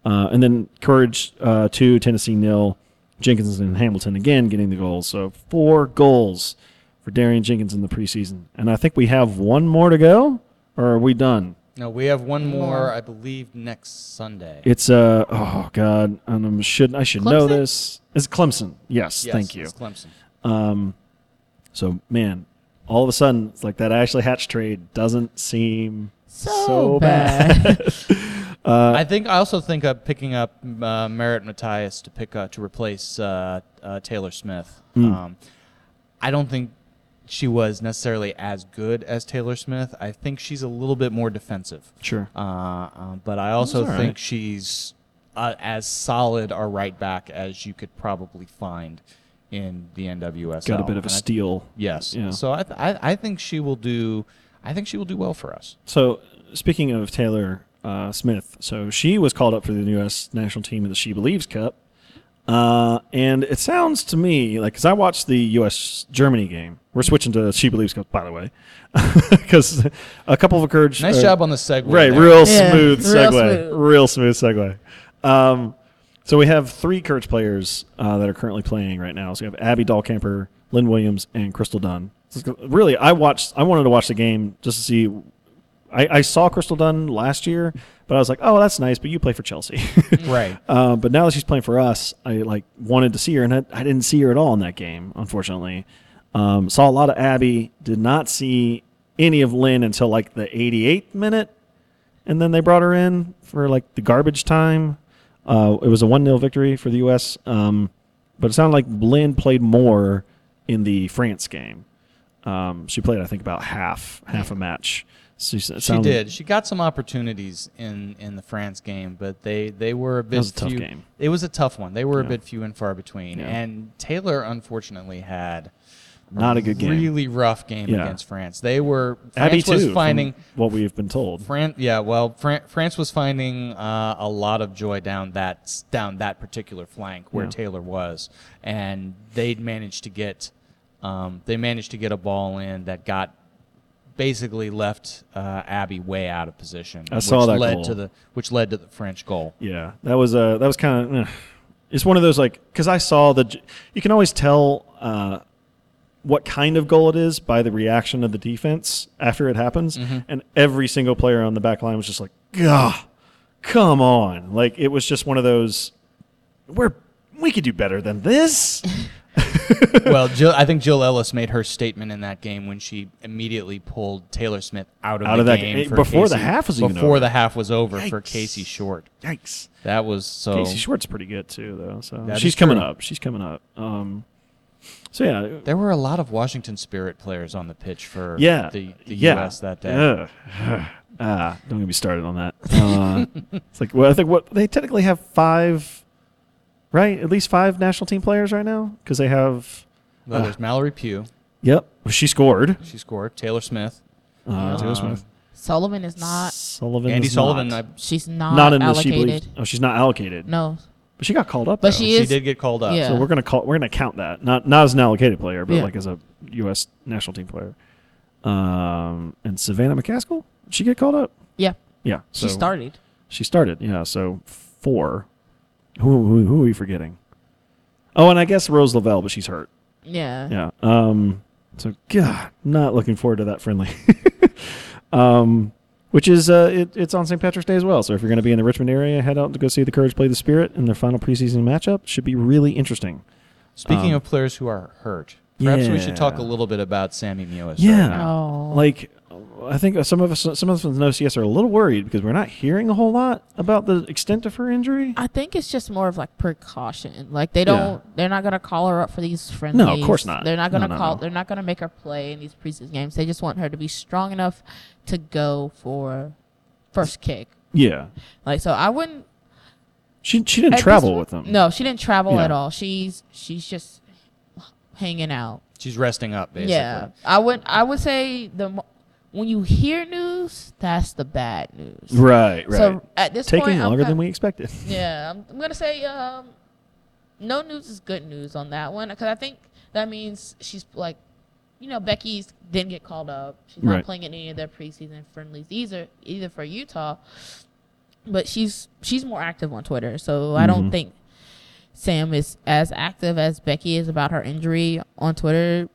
Speaker 2: Uh, and then Courage uh, two, Tennessee nil, Jenkins and Hamilton again getting the goals. So four goals for Darian Jenkins in the preseason. And I think we have one more to go, or are we done?
Speaker 4: no, we have one more, I believe, next Sunday.
Speaker 2: It's uh oh god, and I should I should know
Speaker 3: Clemson?
Speaker 2: this. It's Clemson. Yes,
Speaker 4: Yes,
Speaker 2: thank you. Um,
Speaker 4: It's Clemson.
Speaker 2: So man, all of a sudden, it's like that Ashley Hatch trade doesn't seem
Speaker 3: So,
Speaker 2: so
Speaker 3: bad.
Speaker 2: Uh,
Speaker 4: I think I also think of picking up uh, Merritt Matthias to pick uh, to replace uh, uh, Taylor Smith.
Speaker 2: Hmm.
Speaker 4: Um, I don't think she was necessarily as good as Taylor Smith. I think she's a little bit more defensive.
Speaker 2: Sure.
Speaker 4: Uh, um, but I also
Speaker 2: all right.
Speaker 4: think she's uh, as solid a right back as you could probably find in the NWSL.
Speaker 2: Got a bit of a
Speaker 4: And I-
Speaker 2: steal.
Speaker 4: Yes.
Speaker 2: Yeah.
Speaker 4: So I, th- I I think she will do. I think she will do well for us.
Speaker 2: So speaking of Taylor uh, Smith, so she was called up for the U.S. national team in the She Believes Cup, uh, and it sounds to me like because I watched the U.S. Germany game. We're switching to She Believes Cup, by the way, because a couple of courage.
Speaker 4: Nice
Speaker 2: uh,
Speaker 4: job on the segue.
Speaker 2: Right,
Speaker 4: there.
Speaker 2: real
Speaker 3: Yeah,
Speaker 2: smooth
Speaker 3: real
Speaker 2: segue.
Speaker 3: smooth.
Speaker 2: Real smooth segue. Um, so we have three Kurtz players uh, that are currently playing right now. So we have Abby Dahlkamper, Lynn Williams, and Crystal Dunn. So Really, I watched. I wanted to watch the game just to see. I, I saw Crystal Dunn last year, but I was like, "Oh, that's nice." But you play for Chelsea,
Speaker 4: Right.
Speaker 2: Uh, but now that she's playing for us, I like wanted to see her, and I, I didn't see her at all in that game, unfortunately. Um, saw a lot of Abby. Did not see any of Lynn until like the 88th minute, and then they brought her in for like the garbage time. Uh, it was a one 0 victory for the U.S. Um, but it sounded like Lynn played more in the France game. Um, she played, I think, about half half a match. She,
Speaker 4: She did. She got some opportunities in, in the France game, but they, they were a bit
Speaker 2: was a tough
Speaker 4: few.
Speaker 2: game.
Speaker 4: It was a tough one. They were
Speaker 2: Yeah.
Speaker 4: a bit few and far between.
Speaker 2: Yeah.
Speaker 4: And Taylor unfortunately had
Speaker 2: Not a good game.
Speaker 4: Really rough game
Speaker 2: Yeah.
Speaker 4: against France. They were France
Speaker 2: Abby too.
Speaker 4: was
Speaker 2: from
Speaker 4: finding
Speaker 2: what we've been told.
Speaker 4: France. Yeah, well, Fran- France was finding uh, a lot of joy down that down that particular flank where
Speaker 2: Yeah.
Speaker 4: Taylor was, and they managed to get um, they managed to get a ball in that got basically left uh, Abby way out of position.
Speaker 2: I saw
Speaker 4: which
Speaker 2: that
Speaker 4: led
Speaker 2: goal.
Speaker 4: to the which led to the French goal.
Speaker 2: Yeah, that was uh, that was kind of. It's one of those like because I saw the. j- You can always tell uh, what kind of goal it is by the reaction of the defense after it happens,
Speaker 4: Mm-hmm.
Speaker 2: and every single player on the back line was just like, "Gah, come on!" Like it was just one of those. We're we could do better than this.
Speaker 4: well, Jill, I think Jill Ellis made her statement in that game when she immediately pulled Taylor Smith out of
Speaker 2: Out
Speaker 4: the
Speaker 2: of that
Speaker 4: game
Speaker 2: game.
Speaker 4: for
Speaker 2: Before the
Speaker 4: Casey-
Speaker 2: half was even
Speaker 4: before
Speaker 2: over.
Speaker 4: the half was over for
Speaker 2: Yikes.
Speaker 4: Casey Short.
Speaker 2: Yikes.
Speaker 4: That was so.
Speaker 2: Casey Schwartz pretty good too, though. So
Speaker 4: That
Speaker 2: she's
Speaker 4: is
Speaker 2: coming
Speaker 4: true.
Speaker 2: up. She's coming up. Um, so yeah,
Speaker 4: There were a lot of Washington Spirit players on the pitch for
Speaker 2: yeah,
Speaker 4: the, the
Speaker 2: yeah.
Speaker 4: U.S. that day.
Speaker 2: Ugh. ah, don't get me started on that. Uh, it's like well, I think what they technically have five, right? At least five national team players right now because they have.
Speaker 4: Well, there's Mallory Pugh.
Speaker 2: Yep, she scored.
Speaker 4: She scored. Taylor Smith.
Speaker 2: Uh, Taylor Smith.
Speaker 4: Um,
Speaker 3: Sullivan is not.
Speaker 2: Sullivan.
Speaker 4: Andy
Speaker 2: is
Speaker 4: Sullivan,
Speaker 2: Not,
Speaker 3: She's not,
Speaker 2: not in the she
Speaker 3: allocated.
Speaker 2: believes. Oh, she's not allocated.
Speaker 3: no,
Speaker 2: But she got called up.
Speaker 3: but
Speaker 2: though.
Speaker 3: she
Speaker 4: I, she
Speaker 3: is.
Speaker 4: did get called up.
Speaker 3: Yeah.
Speaker 2: So we're gonna call. We're gonna count that not not as an allocated player, but
Speaker 3: Yeah.
Speaker 2: like as a U.S. national team player. Um, and Savannah McCaskill, did she get called up.
Speaker 3: yeah,
Speaker 2: Yeah,
Speaker 3: she
Speaker 2: so-
Speaker 3: started.
Speaker 2: She started. Yeah, so four. Who who, who are we forgetting? Oh, and I guess Rose Lavelle, but she's hurt.
Speaker 3: Yeah.
Speaker 2: Yeah. Um. So God, not looking forward to that friendly. um, which is uh, it, it's on St. Patrick's Day as well. So if you're going to be in the Richmond area, head out to go see the Courage play the Spirit in their final preseason matchup. Should be really interesting.
Speaker 4: Speaking
Speaker 2: Um,
Speaker 4: of players who are hurt, perhaps we should talk a
Speaker 2: Yeah.
Speaker 4: little bit about Sammy Mewis.
Speaker 2: Yeah.
Speaker 4: Right now.
Speaker 3: Oh,
Speaker 2: Like, I think some of us, some of us in OCS are a little worried because we're not hearing a whole lot about the extent of her injury.
Speaker 3: I think it's just more of like precaution. Like they don't, they're not gonna call her up for these friendlies.
Speaker 2: course not.
Speaker 3: They're not gonna
Speaker 2: No, no,
Speaker 3: call.
Speaker 2: no.
Speaker 3: They're not gonna make her play in these preseason games. They just want her to be strong enough to go for first kick.
Speaker 2: Yeah,
Speaker 3: Like so, I wouldn't
Speaker 2: she she didn't
Speaker 3: at this
Speaker 2: travel
Speaker 3: point-
Speaker 2: with them.
Speaker 3: No, she didn't travel
Speaker 2: Yeah.
Speaker 3: at all. She's she's just hanging out.
Speaker 4: She's resting up, basically.
Speaker 3: Yeah, I would I would say the mo- when you hear news, that's the bad news.
Speaker 2: Right. Right.
Speaker 3: So at this
Speaker 2: Taking
Speaker 3: point, I'm
Speaker 2: longer
Speaker 3: kind-
Speaker 2: than we expected.
Speaker 3: Yeah, I'm, I'm gonna say um, no news is good news on that one because I think that means she's like, you know, Becky's didn't get called up. She's not
Speaker 2: Right.
Speaker 3: playing in any of their preseason friendlies either, either for Utah. But she's she's more active on Twitter, so I
Speaker 2: Mm-hmm.
Speaker 3: don't think Sam is as active as Becky is about her injury on Twitter.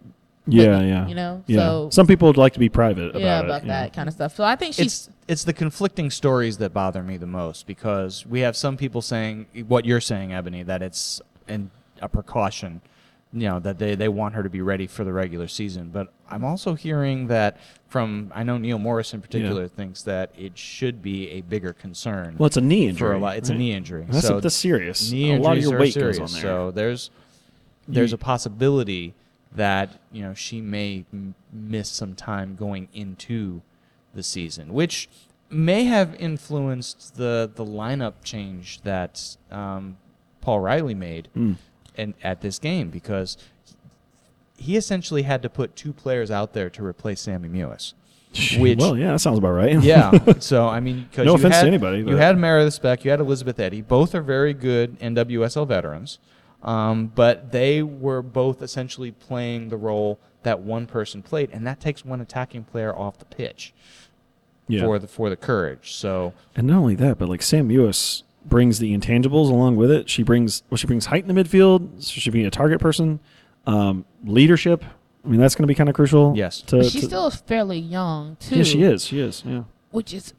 Speaker 2: Yeah,
Speaker 3: you-
Speaker 2: yeah.
Speaker 3: you know,
Speaker 2: yeah.
Speaker 3: so-
Speaker 2: some people would like to be private about
Speaker 3: yeah,
Speaker 2: it.
Speaker 3: about
Speaker 2: you know.
Speaker 3: that kind of stuff. So I think she's
Speaker 4: It's it's the conflicting stories that bother me the most because we have some people saying what you're saying, Ebony, that it's an, a precaution, you know, that they, they want her to be ready for the regular season. But I'm also hearing that from I know Neil Morris in particular thinks that it should be a bigger concern.
Speaker 2: Well, it's a knee
Speaker 4: for
Speaker 2: injury.
Speaker 4: a lot, it's
Speaker 2: right?
Speaker 4: a knee injury.
Speaker 2: That's
Speaker 4: so
Speaker 2: that's serious.
Speaker 4: knee
Speaker 2: a lot of
Speaker 4: injuries
Speaker 2: your
Speaker 4: are
Speaker 2: weight
Speaker 4: serious,
Speaker 2: goes on there.
Speaker 4: So there's there's
Speaker 2: You-
Speaker 4: a possibility that you know she may m- miss some time going into the season, which may have influenced the the lineup change that um, Paul Riley made
Speaker 2: Hmm.
Speaker 4: and at this game because he essentially had to put two players out there to replace Sammy Mewis. Which
Speaker 2: well, yeah, that sounds about right.
Speaker 4: yeah. So I mean, 'cause
Speaker 2: No
Speaker 4: you
Speaker 2: offense to
Speaker 4: had-
Speaker 2: anybody,
Speaker 4: You
Speaker 2: but-
Speaker 4: had Meredith Speck, you had Elizabeth Eddy. Both are very good NWSL veterans, um, but they were both essentially playing the role that one person played, and that takes one attacking player off the pitch
Speaker 2: yeah.
Speaker 4: for the for the courage. So
Speaker 2: and not only that, but like Sam Mewis brings the intangibles along with it. She brings well, she brings height in the midfield. So she being a target person, um, leadership. I mean, that's going to be kind of crucial.
Speaker 4: Yes.
Speaker 2: to,
Speaker 3: she's
Speaker 2: to-
Speaker 3: still fairly young too.
Speaker 2: Yeah, she is. She is. Yeah,
Speaker 3: which is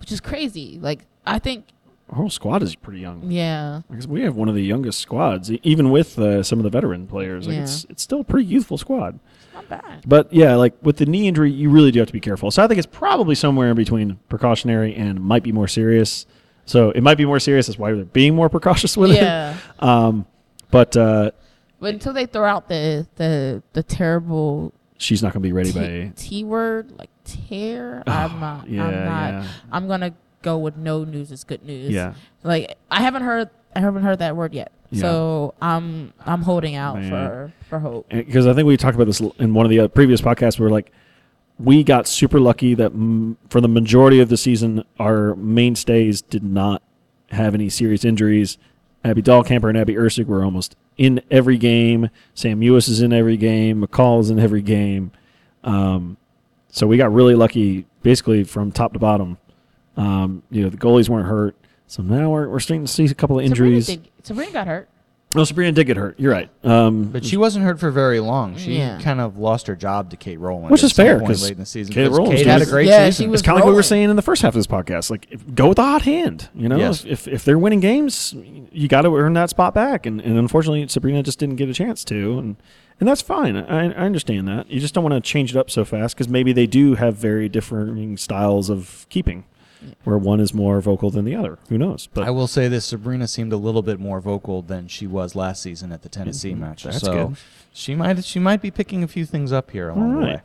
Speaker 3: which is crazy. Like I think
Speaker 2: our whole squad is pretty young.
Speaker 3: yeah.
Speaker 2: Because we have one of the youngest squads, e- even with uh, some of the veteran players. Like
Speaker 3: Yeah.
Speaker 2: it's it's still a pretty youthful squad.
Speaker 3: Not bad.
Speaker 2: But yeah, like with the knee injury, you really do have to be careful. So I think it's probably somewhere in between precautionary and might be more serious. So it might be more serious. That's why they're being more precautious with
Speaker 3: Yeah.
Speaker 2: it. Um, but uh,
Speaker 3: But until they throw out the the the terrible
Speaker 2: she's not going to be ready
Speaker 3: T,
Speaker 2: by.
Speaker 3: T word, like tear, I'm not.
Speaker 2: yeah,
Speaker 3: I'm not.
Speaker 2: yeah.
Speaker 3: I'm gonna go with no news is good news.
Speaker 2: Yeah.
Speaker 3: Like I haven't heard. I haven't heard that word yet.
Speaker 2: Yeah.
Speaker 3: So I'm I'm holding out
Speaker 2: Man.
Speaker 3: for for hope.
Speaker 2: Because I think we talked about this l- in one of the uh, previous podcasts. We were like, we got super lucky that m- for the majority of the season, our mainstays did not have any serious injuries. Abby Dahlkamper and Abby Ursig were almost in every game. Sam Ewis is in every game. McCall is in every game. Um, so we got really lucky, basically from top to bottom. Um, you know, the goalies weren't hurt. So now we're, we're starting to see a couple of injuries.
Speaker 3: Sabrina, did, Sabrina got hurt.
Speaker 2: Oh, Sabrina did get hurt. You're right. Um,
Speaker 4: But she wasn't hurt for very long. She
Speaker 3: Yeah.
Speaker 4: kind of lost her job to Kate Rowland,
Speaker 2: Which
Speaker 4: at
Speaker 2: is
Speaker 4: some
Speaker 2: fair,
Speaker 4: point
Speaker 2: 'cause
Speaker 4: late in the season.
Speaker 2: Kate
Speaker 4: 'cause
Speaker 2: Rowland was
Speaker 4: had a
Speaker 2: doing-
Speaker 4: great
Speaker 3: Yeah,
Speaker 4: season.
Speaker 3: she was-
Speaker 2: it's kind of like we were
Speaker 3: rolling.
Speaker 2: saying in the first half of this podcast. Like, if, go with the hot hand. You know,
Speaker 4: Yes.
Speaker 2: if, if they're winning games, you got to earn that spot back. And, and unfortunately, Sabrina just didn't get a chance to, and and that's fine. I, I understand that. You just don't want to change it up so fast because maybe they do have very differing styles of keeping, where one is more vocal than the other. Who knows? But
Speaker 4: I will say this: Sabrina seemed a little bit more vocal than she was last season at the Tennessee match.
Speaker 2: Mm-hmm. That's
Speaker 4: so
Speaker 2: good.
Speaker 4: she might she might be picking a few things up here along
Speaker 2: All
Speaker 4: the
Speaker 2: right.
Speaker 4: way.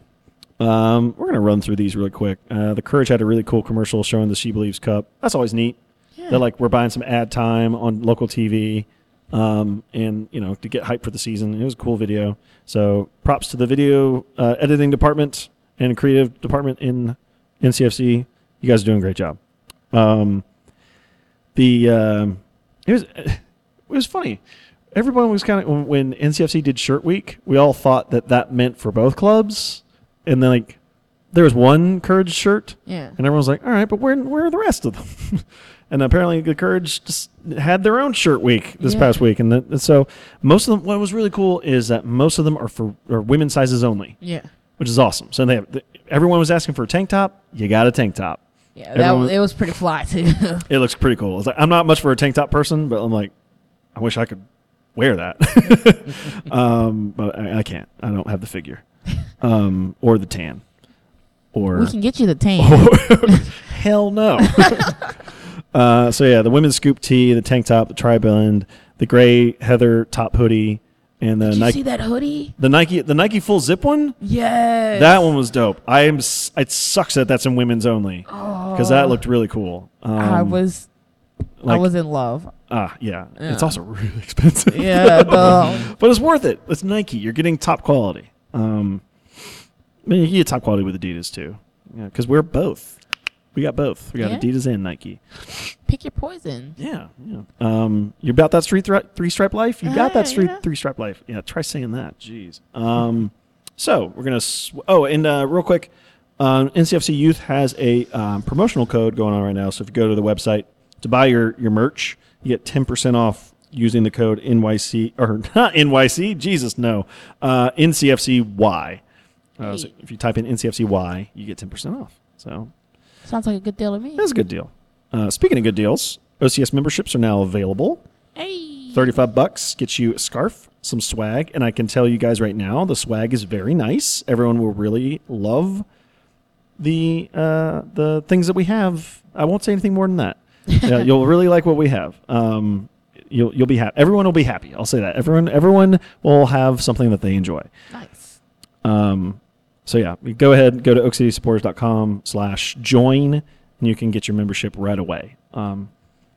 Speaker 2: Um, we're gonna run through these really quick. Uh, the Courage had a really cool commercial showing the She Believes Cup. That's always neat. They're like we're buying some ad time on local TV, um, and you know to get hype for the season. It was a cool video. So props to the video uh, editing department and creative department in NCFC, you guys are doing a great job. Um, the um, it was it was funny. Everyone was kind of when NCFC did Shirt Week, we all thought that that meant for both clubs, and then like there was one Courage shirt,
Speaker 3: Yeah.
Speaker 2: and everyone was like, "All right, but where where are the rest of them?" and apparently, the Courage just had their own Shirt Week this
Speaker 3: Yeah.
Speaker 2: past week, and, then and so most of them. What was really cool is that most of them are for are women's sizes only
Speaker 3: Yeah.
Speaker 2: which is awesome. So they have, th everyone was asking for a tank top. You got a tank top.
Speaker 3: Yeah. That
Speaker 2: Everyone-
Speaker 3: was, it was pretty fly too.
Speaker 2: It looks pretty cool. It's like, I'm not much for a tank top person, but I'm like, I wish I could wear that. um, but I, I can't. I don't have the figure, um, or the tan, or
Speaker 3: we can get you the
Speaker 2: Oh,
Speaker 3: tan.
Speaker 2: Hell no. uh, so yeah, the women's scoop tee, the tank top, the tri blend, the gray heather top hoodie, and the
Speaker 3: Did you
Speaker 2: Nike.
Speaker 3: see that hoodie?
Speaker 2: the Nike, the Nike full zip one.
Speaker 3: Yes.
Speaker 2: That one was dope. I am. s- It sucks that that's in women's only because that looked really cool. Um,
Speaker 3: Oh. I was. I
Speaker 2: like-
Speaker 3: was in love.
Speaker 2: Ah, yeah. It's
Speaker 3: Yeah.
Speaker 2: also really expensive.
Speaker 3: Yeah. the,
Speaker 2: but it's worth it. It's Nike. You're getting top quality. Um, I mean, you get top quality with Adidas too, because we're both. We got both. We got
Speaker 3: Yeah.
Speaker 2: Adidas and Nike.
Speaker 3: pick your poison.
Speaker 2: Yeah, yeah. Um, you're about that street thri- three stripe life. You got that
Speaker 3: Ah,
Speaker 2: street
Speaker 3: yeah.
Speaker 2: three stripe life. Yeah, try saying that. Jeez. Um, so we're gonna. Sw- oh, and uh, real quick, um, NCFC Youth has a um, promotional code going on right now. So if you go to the website to buy your your merch, you get ten percent off using the code NYC or not NYC. Jesus, no. Uh, NCFCY. Uh, so
Speaker 3: Hey.
Speaker 2: if you type in NCFCY, you get ten percent off. So
Speaker 3: Sounds like a good deal to me.
Speaker 2: that's a good deal. Uh, speaking of good deals, OCS memberships are now available.
Speaker 3: Hey.
Speaker 2: 35 bucks gets you a scarf, some swag, and I can tell you guys right now, the swag is very nice. Everyone will really love the uh, the things that we have. I won't say anything more than that. Yeah, you'll really like what we have. Um, you'll you'll be happy. Everyone will be happy. I'll say that. Everyone everyone will have something that they enjoy.
Speaker 3: Nice.
Speaker 2: Um, so yeah, you go ahead, go to oakcitysupporters.com slash join, and you can get your membership right away. Um,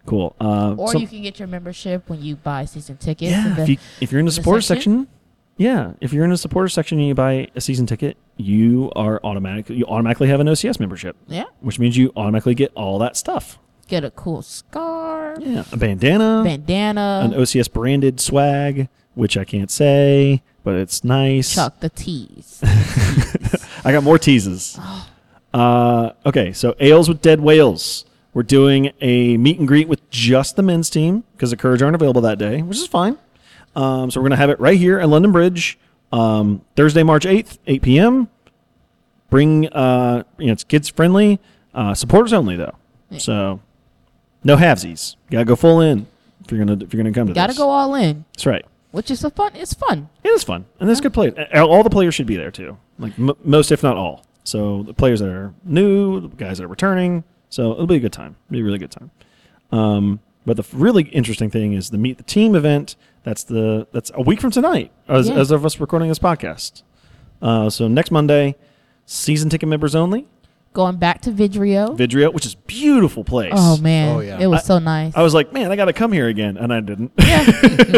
Speaker 2: cool. Uh,
Speaker 3: Or
Speaker 2: some-
Speaker 3: you can get your membership when you buy season tickets.
Speaker 2: yeah,
Speaker 3: and
Speaker 2: if,
Speaker 3: the-
Speaker 2: you, if you're in the
Speaker 3: in the
Speaker 2: supporter section?
Speaker 3: section?
Speaker 2: yeah, if you're in the supporter section and you buy a season ticket, you are automatic. You automatically have an OCS membership,
Speaker 3: yeah.
Speaker 2: which means you automatically get all that stuff.
Speaker 3: Get a cool scarf,
Speaker 2: Yeah, a bandana,
Speaker 3: bandana.
Speaker 2: an OCS branded swag, which I can't say, but it's nice.
Speaker 3: Chuck E. the tees.
Speaker 2: I got more teases. Uh, okay, so Ales with Dead Whales. We're doing a meet and greet with just the men's team because the Courage aren't available that day, which is fine. Um, so we're going to have it right here at London Bridge um, Thursday, March 8th, 8 p.m. Bring, uh, you know, it's kids friendly, uh, supporters only, though. So no halvesies. Got to go full in if you're going to if you're gonna come to
Speaker 3: Gotta
Speaker 2: this.
Speaker 3: go all in,
Speaker 2: That's right.
Speaker 3: which is a fun. It's fun.
Speaker 2: It is fun, and there's good players. A- All the players should be there too, like m- most, if not all. So the players that are new, the guys that are returning. So it'll be a good time. It'll be a really good time. Um, but the f- really interesting thing is the meet the team event. That's the that's a week from tonight, as,
Speaker 3: Yeah.
Speaker 2: as of us recording this podcast. Uh, so next Monday, season ticket members only,
Speaker 3: Going back to Vidrio.
Speaker 2: Vidrio, which is a beautiful place.
Speaker 3: oh man,
Speaker 4: Oh, yeah.
Speaker 3: it was
Speaker 2: I-
Speaker 3: so nice.
Speaker 2: I was like, man, I got to come here again, and I didn't.
Speaker 3: yeah,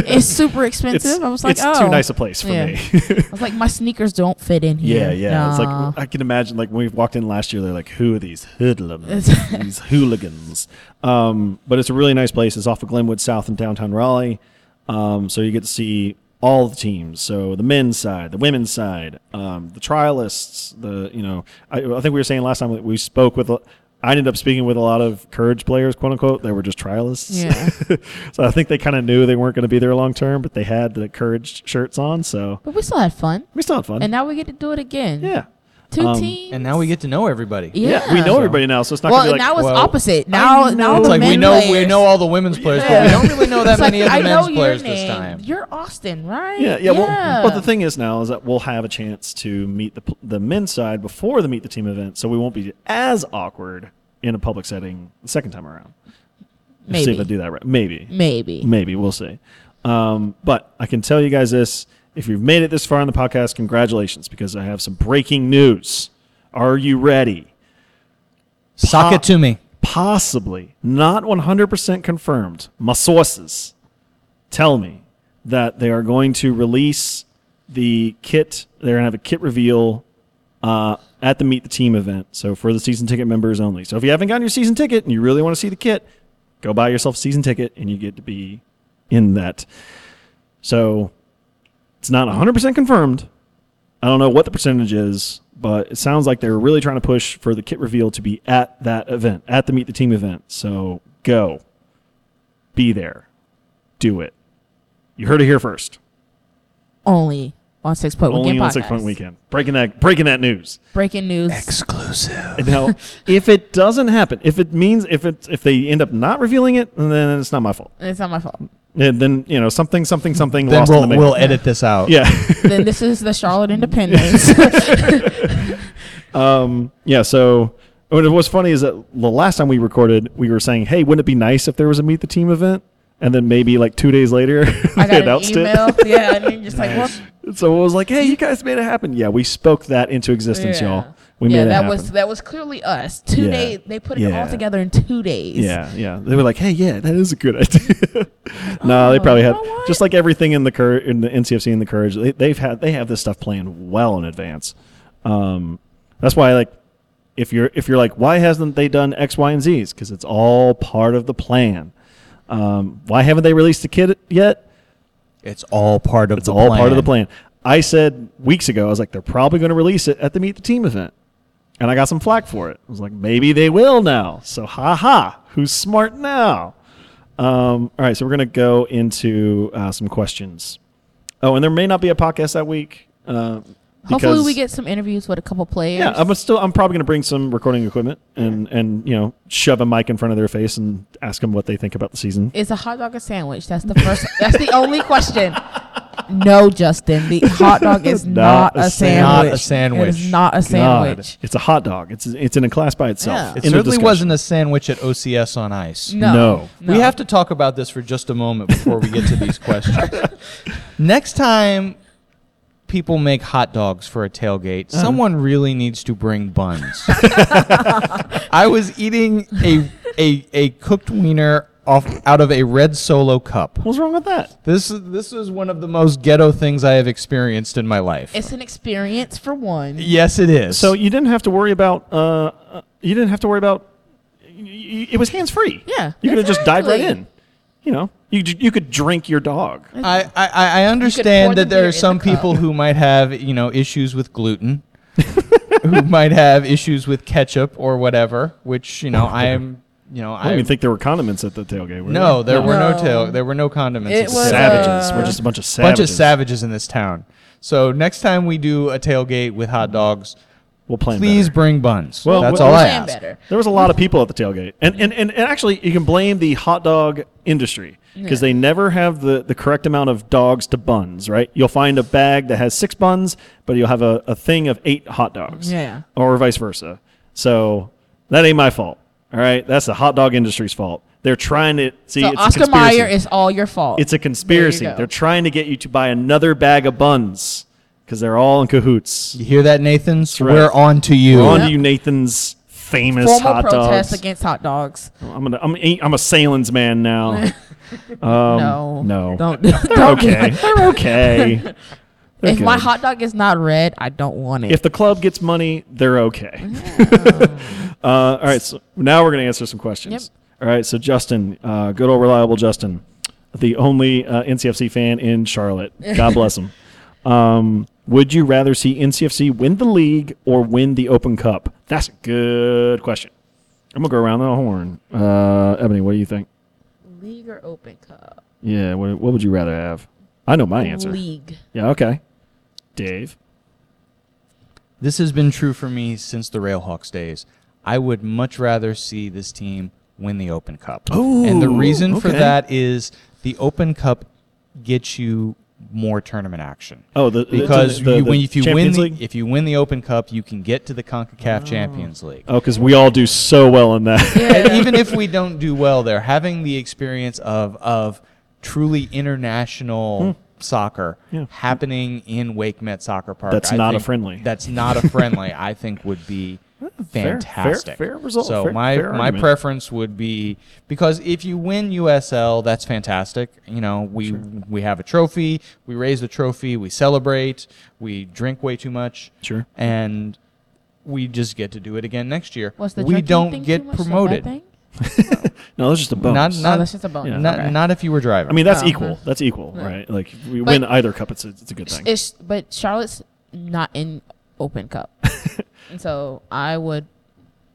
Speaker 3: it's super expensive.
Speaker 2: it's
Speaker 3: I was like,
Speaker 2: it's
Speaker 3: oh,
Speaker 2: too nice a place for
Speaker 3: Yeah.
Speaker 2: me.
Speaker 3: I was like, my sneakers don't fit in
Speaker 2: Yeah,
Speaker 3: here.
Speaker 2: yeah. It's
Speaker 3: Nah.
Speaker 2: like I can imagine like when we walked in last year, they're like, "Who are these hoodlums? these hooligans?" Um, but it's a really nice place. It's off of Glenwood South in downtown Raleigh, um, so you get to see all the teams. So the men's side, the women's side, um, the trialists. The you know, I, I think we were saying last time that we spoke with. a- I ended up speaking with a lot of courage players, quote unquote. They were just trialists.
Speaker 3: Yeah.
Speaker 2: so I think they kind of knew they weren't going to be there long term, but they had the courage shirts on. So
Speaker 3: but we still had fun,
Speaker 2: we still had fun.
Speaker 3: and now we get to do it again.
Speaker 2: yeah.
Speaker 3: two
Speaker 2: Um,
Speaker 3: teams.
Speaker 4: And now we get to know everybody.
Speaker 3: Yeah.
Speaker 2: Yeah, we know everybody now, so it's not
Speaker 3: Well,
Speaker 2: gonna be
Speaker 3: now
Speaker 2: like
Speaker 3: it's
Speaker 4: well,
Speaker 3: opposite. Now, now
Speaker 4: It's
Speaker 3: the
Speaker 4: like
Speaker 3: men
Speaker 4: we know we
Speaker 3: players.
Speaker 4: know all the women's players, but we
Speaker 3: Yeah.
Speaker 4: don't really know that
Speaker 3: It's like,
Speaker 4: many of the
Speaker 3: I know
Speaker 4: men's
Speaker 3: your
Speaker 4: players
Speaker 3: name.
Speaker 4: this time.
Speaker 3: You're Austin, right?
Speaker 2: yeah, yeah. Well, but the thing is now is that we'll have a chance to meet the pl- the men's side before the meet the team event, so we won't be as awkward in a public setting the second time around. Let's See if
Speaker 3: Maybe.
Speaker 2: I do that right. Maybe.
Speaker 3: maybe.
Speaker 2: Maybe we'll see. Um, but I can tell you guys this: if you've made it this far in the podcast, congratulations, because I have some breaking news. Are you ready?
Speaker 4: Sock it to me.
Speaker 2: possibly not 100% confirmed my sources tell me that they are going to release the kit they're going to have a kit reveal uh, at the Meet the Team event. So for the season ticket members only. So if you haven't gotten your season ticket and you really want to see the kit, go buy yourself a season ticket and you get to be in that. So it's not 100% confirmed. I don't know what the percentage is, but it sounds like they're really trying to push for the kit reveal to be at that event, at the Meet the Team event. So go. Be there. Do it. You heard it here first.
Speaker 3: Only on Six Point
Speaker 2: Only
Speaker 3: Weekend
Speaker 2: on
Speaker 3: podcast.
Speaker 2: Six Point Weekend. Breaking that breaking that news.
Speaker 3: Breaking news.
Speaker 4: Exclusive.
Speaker 2: And Now, if it doesn't happen, if it means if it if they end up not revealing it, then it's not my fault.
Speaker 3: It's not my fault.
Speaker 2: And then you know something something something
Speaker 4: Then
Speaker 2: lost in
Speaker 4: we'll,
Speaker 2: the mail.
Speaker 4: we'll edit this out.
Speaker 2: yeah.
Speaker 3: then this is the Charlotte Independence.
Speaker 2: Um, yeah, so I mean, what's funny is that the last time we recorded, we were saying, hey, wouldn't it be nice if there was a Meet the Team event? And then maybe like two days later,
Speaker 3: I
Speaker 2: they
Speaker 3: got an
Speaker 2: announced
Speaker 3: email. yeah, and then just like,
Speaker 4: Nice.
Speaker 3: what?
Speaker 2: it. So it was like, hey, you guys made it happen. Yeah, we spoke that into existence,
Speaker 3: yeah.
Speaker 2: y'all. We
Speaker 3: yeah,
Speaker 2: made it
Speaker 3: that
Speaker 2: happen.
Speaker 3: was that was clearly us. Two
Speaker 2: Yeah.
Speaker 3: day they put it
Speaker 2: Yeah.
Speaker 3: all together in two days.
Speaker 2: yeah, yeah. They were like, "Hey, yeah, that is a good idea." no, they
Speaker 3: Oh,
Speaker 2: probably
Speaker 3: you
Speaker 2: had
Speaker 3: know what?
Speaker 2: just like everything in the cur- in the NCFC and the courage. They, they've had they have this stuff planned well in advance. Um, that's why like if you're if you're like, why hasn't they done X, Y, and Z's? Because it's all part of the plan. Um, why haven't they released the kit yet?
Speaker 4: It's all part of
Speaker 2: It's
Speaker 4: the
Speaker 2: all
Speaker 4: plan.
Speaker 2: part of the plan. I said weeks ago, I was like, they're probably going to release it at the Meet the Team event. And I got some flack for it. I was like, maybe they will now. So, ha ha, who's smart now? Um, all right, so we're going to go into uh, some questions. Oh, and there may not be a podcast that week. Uh,
Speaker 3: Hopefully
Speaker 2: because-
Speaker 3: we get some interviews with a couple players.
Speaker 2: Yeah, I'm still. I'm probably going to bring some recording equipment and and you know shove a mic in front of their face and ask them what they think about the season.
Speaker 3: Is a hot dog a sandwich? That's the first. that's the only question. No, Justin. The hot dog is
Speaker 2: Not
Speaker 3: not,
Speaker 2: a
Speaker 3: a
Speaker 2: sandwich.
Speaker 3: sandwich.
Speaker 4: Not a sandwich.
Speaker 3: It is not
Speaker 2: God,
Speaker 3: a sandwich.
Speaker 2: it's a hot dog. It's it's in a class by itself.
Speaker 3: Yeah.
Speaker 4: It
Speaker 2: End of
Speaker 4: certainly
Speaker 2: discussion.
Speaker 4: wasn't a sandwich at OCS on ice.
Speaker 3: No,
Speaker 2: No.
Speaker 4: We have to talk about this for just a moment before we get to these questions. Next time people make hot dogs for a tailgate,
Speaker 2: Uh-huh.
Speaker 4: someone really needs to bring buns. I was eating a, a, a cooked wiener off out of a red solo cup.
Speaker 2: What's wrong with that?
Speaker 4: This is- this is one of the most ghetto things I have experienced in my life.
Speaker 3: It's an experience for one.
Speaker 4: yes, it is.
Speaker 2: So you didn't have to worry about. Uh, uh, you didn't have to worry about. y- y- It was hands free.
Speaker 3: Yeah,
Speaker 2: you could have just dived right
Speaker 3: exactly.
Speaker 2: in. You know, you j- you could drink your dog.
Speaker 4: I, I- I, I understand
Speaker 3: the
Speaker 4: that there
Speaker 3: beer
Speaker 4: are
Speaker 3: in
Speaker 4: some
Speaker 3: the cup.
Speaker 4: people who might have you know issues with gluten, who might have issues with ketchup or whatever. Which you know I am you know
Speaker 2: I don't
Speaker 4: I
Speaker 2: even think there were condiments at the tailgate. were
Speaker 4: no there were no
Speaker 3: No.
Speaker 4: tail there were no condiments.
Speaker 3: It
Speaker 4: at the
Speaker 3: was,
Speaker 4: tailgate.
Speaker 2: savages.
Speaker 3: uh,
Speaker 2: we're just a bunch of savages.
Speaker 4: bunch of savages in this town. So next time we do a tailgate with hot dogs,
Speaker 2: We'll plan.
Speaker 4: please
Speaker 2: better.
Speaker 4: bring buns.
Speaker 2: Well,
Speaker 4: that's
Speaker 2: we'll-
Speaker 4: all
Speaker 2: we'll
Speaker 4: I
Speaker 3: plan
Speaker 4: ask.
Speaker 3: better.
Speaker 2: There was a lot of people at the tailgate, and and, and, and actually, you can blame the hot dog industry because
Speaker 3: Yeah.
Speaker 2: they never have the, the correct amount of dogs to buns. Right? You'll find a bag that has six buns, but you'll have a, a thing of eight hot dogs.
Speaker 3: Yeah.
Speaker 2: or vice versa. So that ain't my fault. All right, that's the hot dog industry's fault. They're trying to see.
Speaker 3: So
Speaker 2: it's a
Speaker 3: Oscar
Speaker 2: conspiracy.
Speaker 3: Mayer is all your fault.
Speaker 2: It's a conspiracy.
Speaker 3: go.
Speaker 2: They're trying to get you to buy another bag of buns because they're all in cahoots.
Speaker 4: You hear that, Nathan's?
Speaker 2: right.
Speaker 4: We're on to you.
Speaker 2: We're on to
Speaker 3: Yep.
Speaker 2: you, Nathan's famous
Speaker 3: formal
Speaker 2: hot
Speaker 3: protest
Speaker 2: dogs.
Speaker 3: against hot dogs.
Speaker 2: I'm gonna. I'm. a- I'm a Salem's man now.
Speaker 3: no,
Speaker 2: Um, no.
Speaker 3: don't. don't do
Speaker 2: okay.
Speaker 3: that.
Speaker 2: They're okay. They're
Speaker 3: If my
Speaker 2: good.
Speaker 3: hot dog is not red, I don't want it.
Speaker 2: if the club gets money, they're okay. uh, all right, so now we're going to answer some questions. All right, so Justin, uh, good old reliable Justin, the only uh, NCFC fan in Charlotte. God bless him. Um, would you rather see NCFC win the league or win the Open Cup? That's a good question. I'm gonna go around the horn. Uh, Ebony, what do you think?
Speaker 3: League or Open Cup?
Speaker 2: Yeah, what, what would you rather have? I know my answer.
Speaker 3: League.
Speaker 2: Yeah, okay. Dave.
Speaker 4: This has been true for me since the Railhawks days. I would much rather see this team win the Open Cup. and the
Speaker 2: Ooh,
Speaker 4: reason for
Speaker 2: okay.
Speaker 4: that is the Open Cup gets you more tournament action.
Speaker 2: Oh, the
Speaker 4: Because
Speaker 2: the, the,
Speaker 4: you,
Speaker 2: the
Speaker 4: when, if you
Speaker 2: Champions
Speaker 4: win
Speaker 2: League?
Speaker 4: the, if you win the Open Cup, you can get to the CONCACAF Champions League.
Speaker 2: Oh, because we all do so well in that.
Speaker 4: And even if we don't do well there, having the experience of of truly international soccer
Speaker 2: Hmm. Yeah. Hmm.
Speaker 4: happening in Wake Met Soccer Park.
Speaker 2: That's not a
Speaker 4: think-
Speaker 2: friendly.
Speaker 4: That's not a friendly. I think would be
Speaker 2: fair-
Speaker 4: fantastic.
Speaker 2: fair result,
Speaker 4: So
Speaker 2: fair-
Speaker 4: my
Speaker 2: fair
Speaker 4: my
Speaker 2: argument.
Speaker 4: preference would be because if you win USL, that's fantastic. You know, we we have a trophy, we raise the trophy, we celebrate, we drink way too much.
Speaker 2: Sure.
Speaker 4: And we just get to do it again next year.
Speaker 3: What's the
Speaker 4: we
Speaker 3: drinking
Speaker 4: don't
Speaker 3: thing too
Speaker 4: get
Speaker 3: much? Is that bad
Speaker 4: promoted.
Speaker 3: thing?
Speaker 2: No, that's just a
Speaker 4: Not,
Speaker 2: bonus.
Speaker 4: not,
Speaker 3: Oh, that's just a bonus.
Speaker 2: Yeah.
Speaker 4: Not,
Speaker 3: Okay.
Speaker 4: not if you were driving.
Speaker 2: I mean, that's
Speaker 3: No.
Speaker 2: equal. That's equal, right? Like we
Speaker 3: But-
Speaker 2: win either cup. It's a, it's a good thing.
Speaker 3: It's, but Charlotte's not in open cup, and so I would.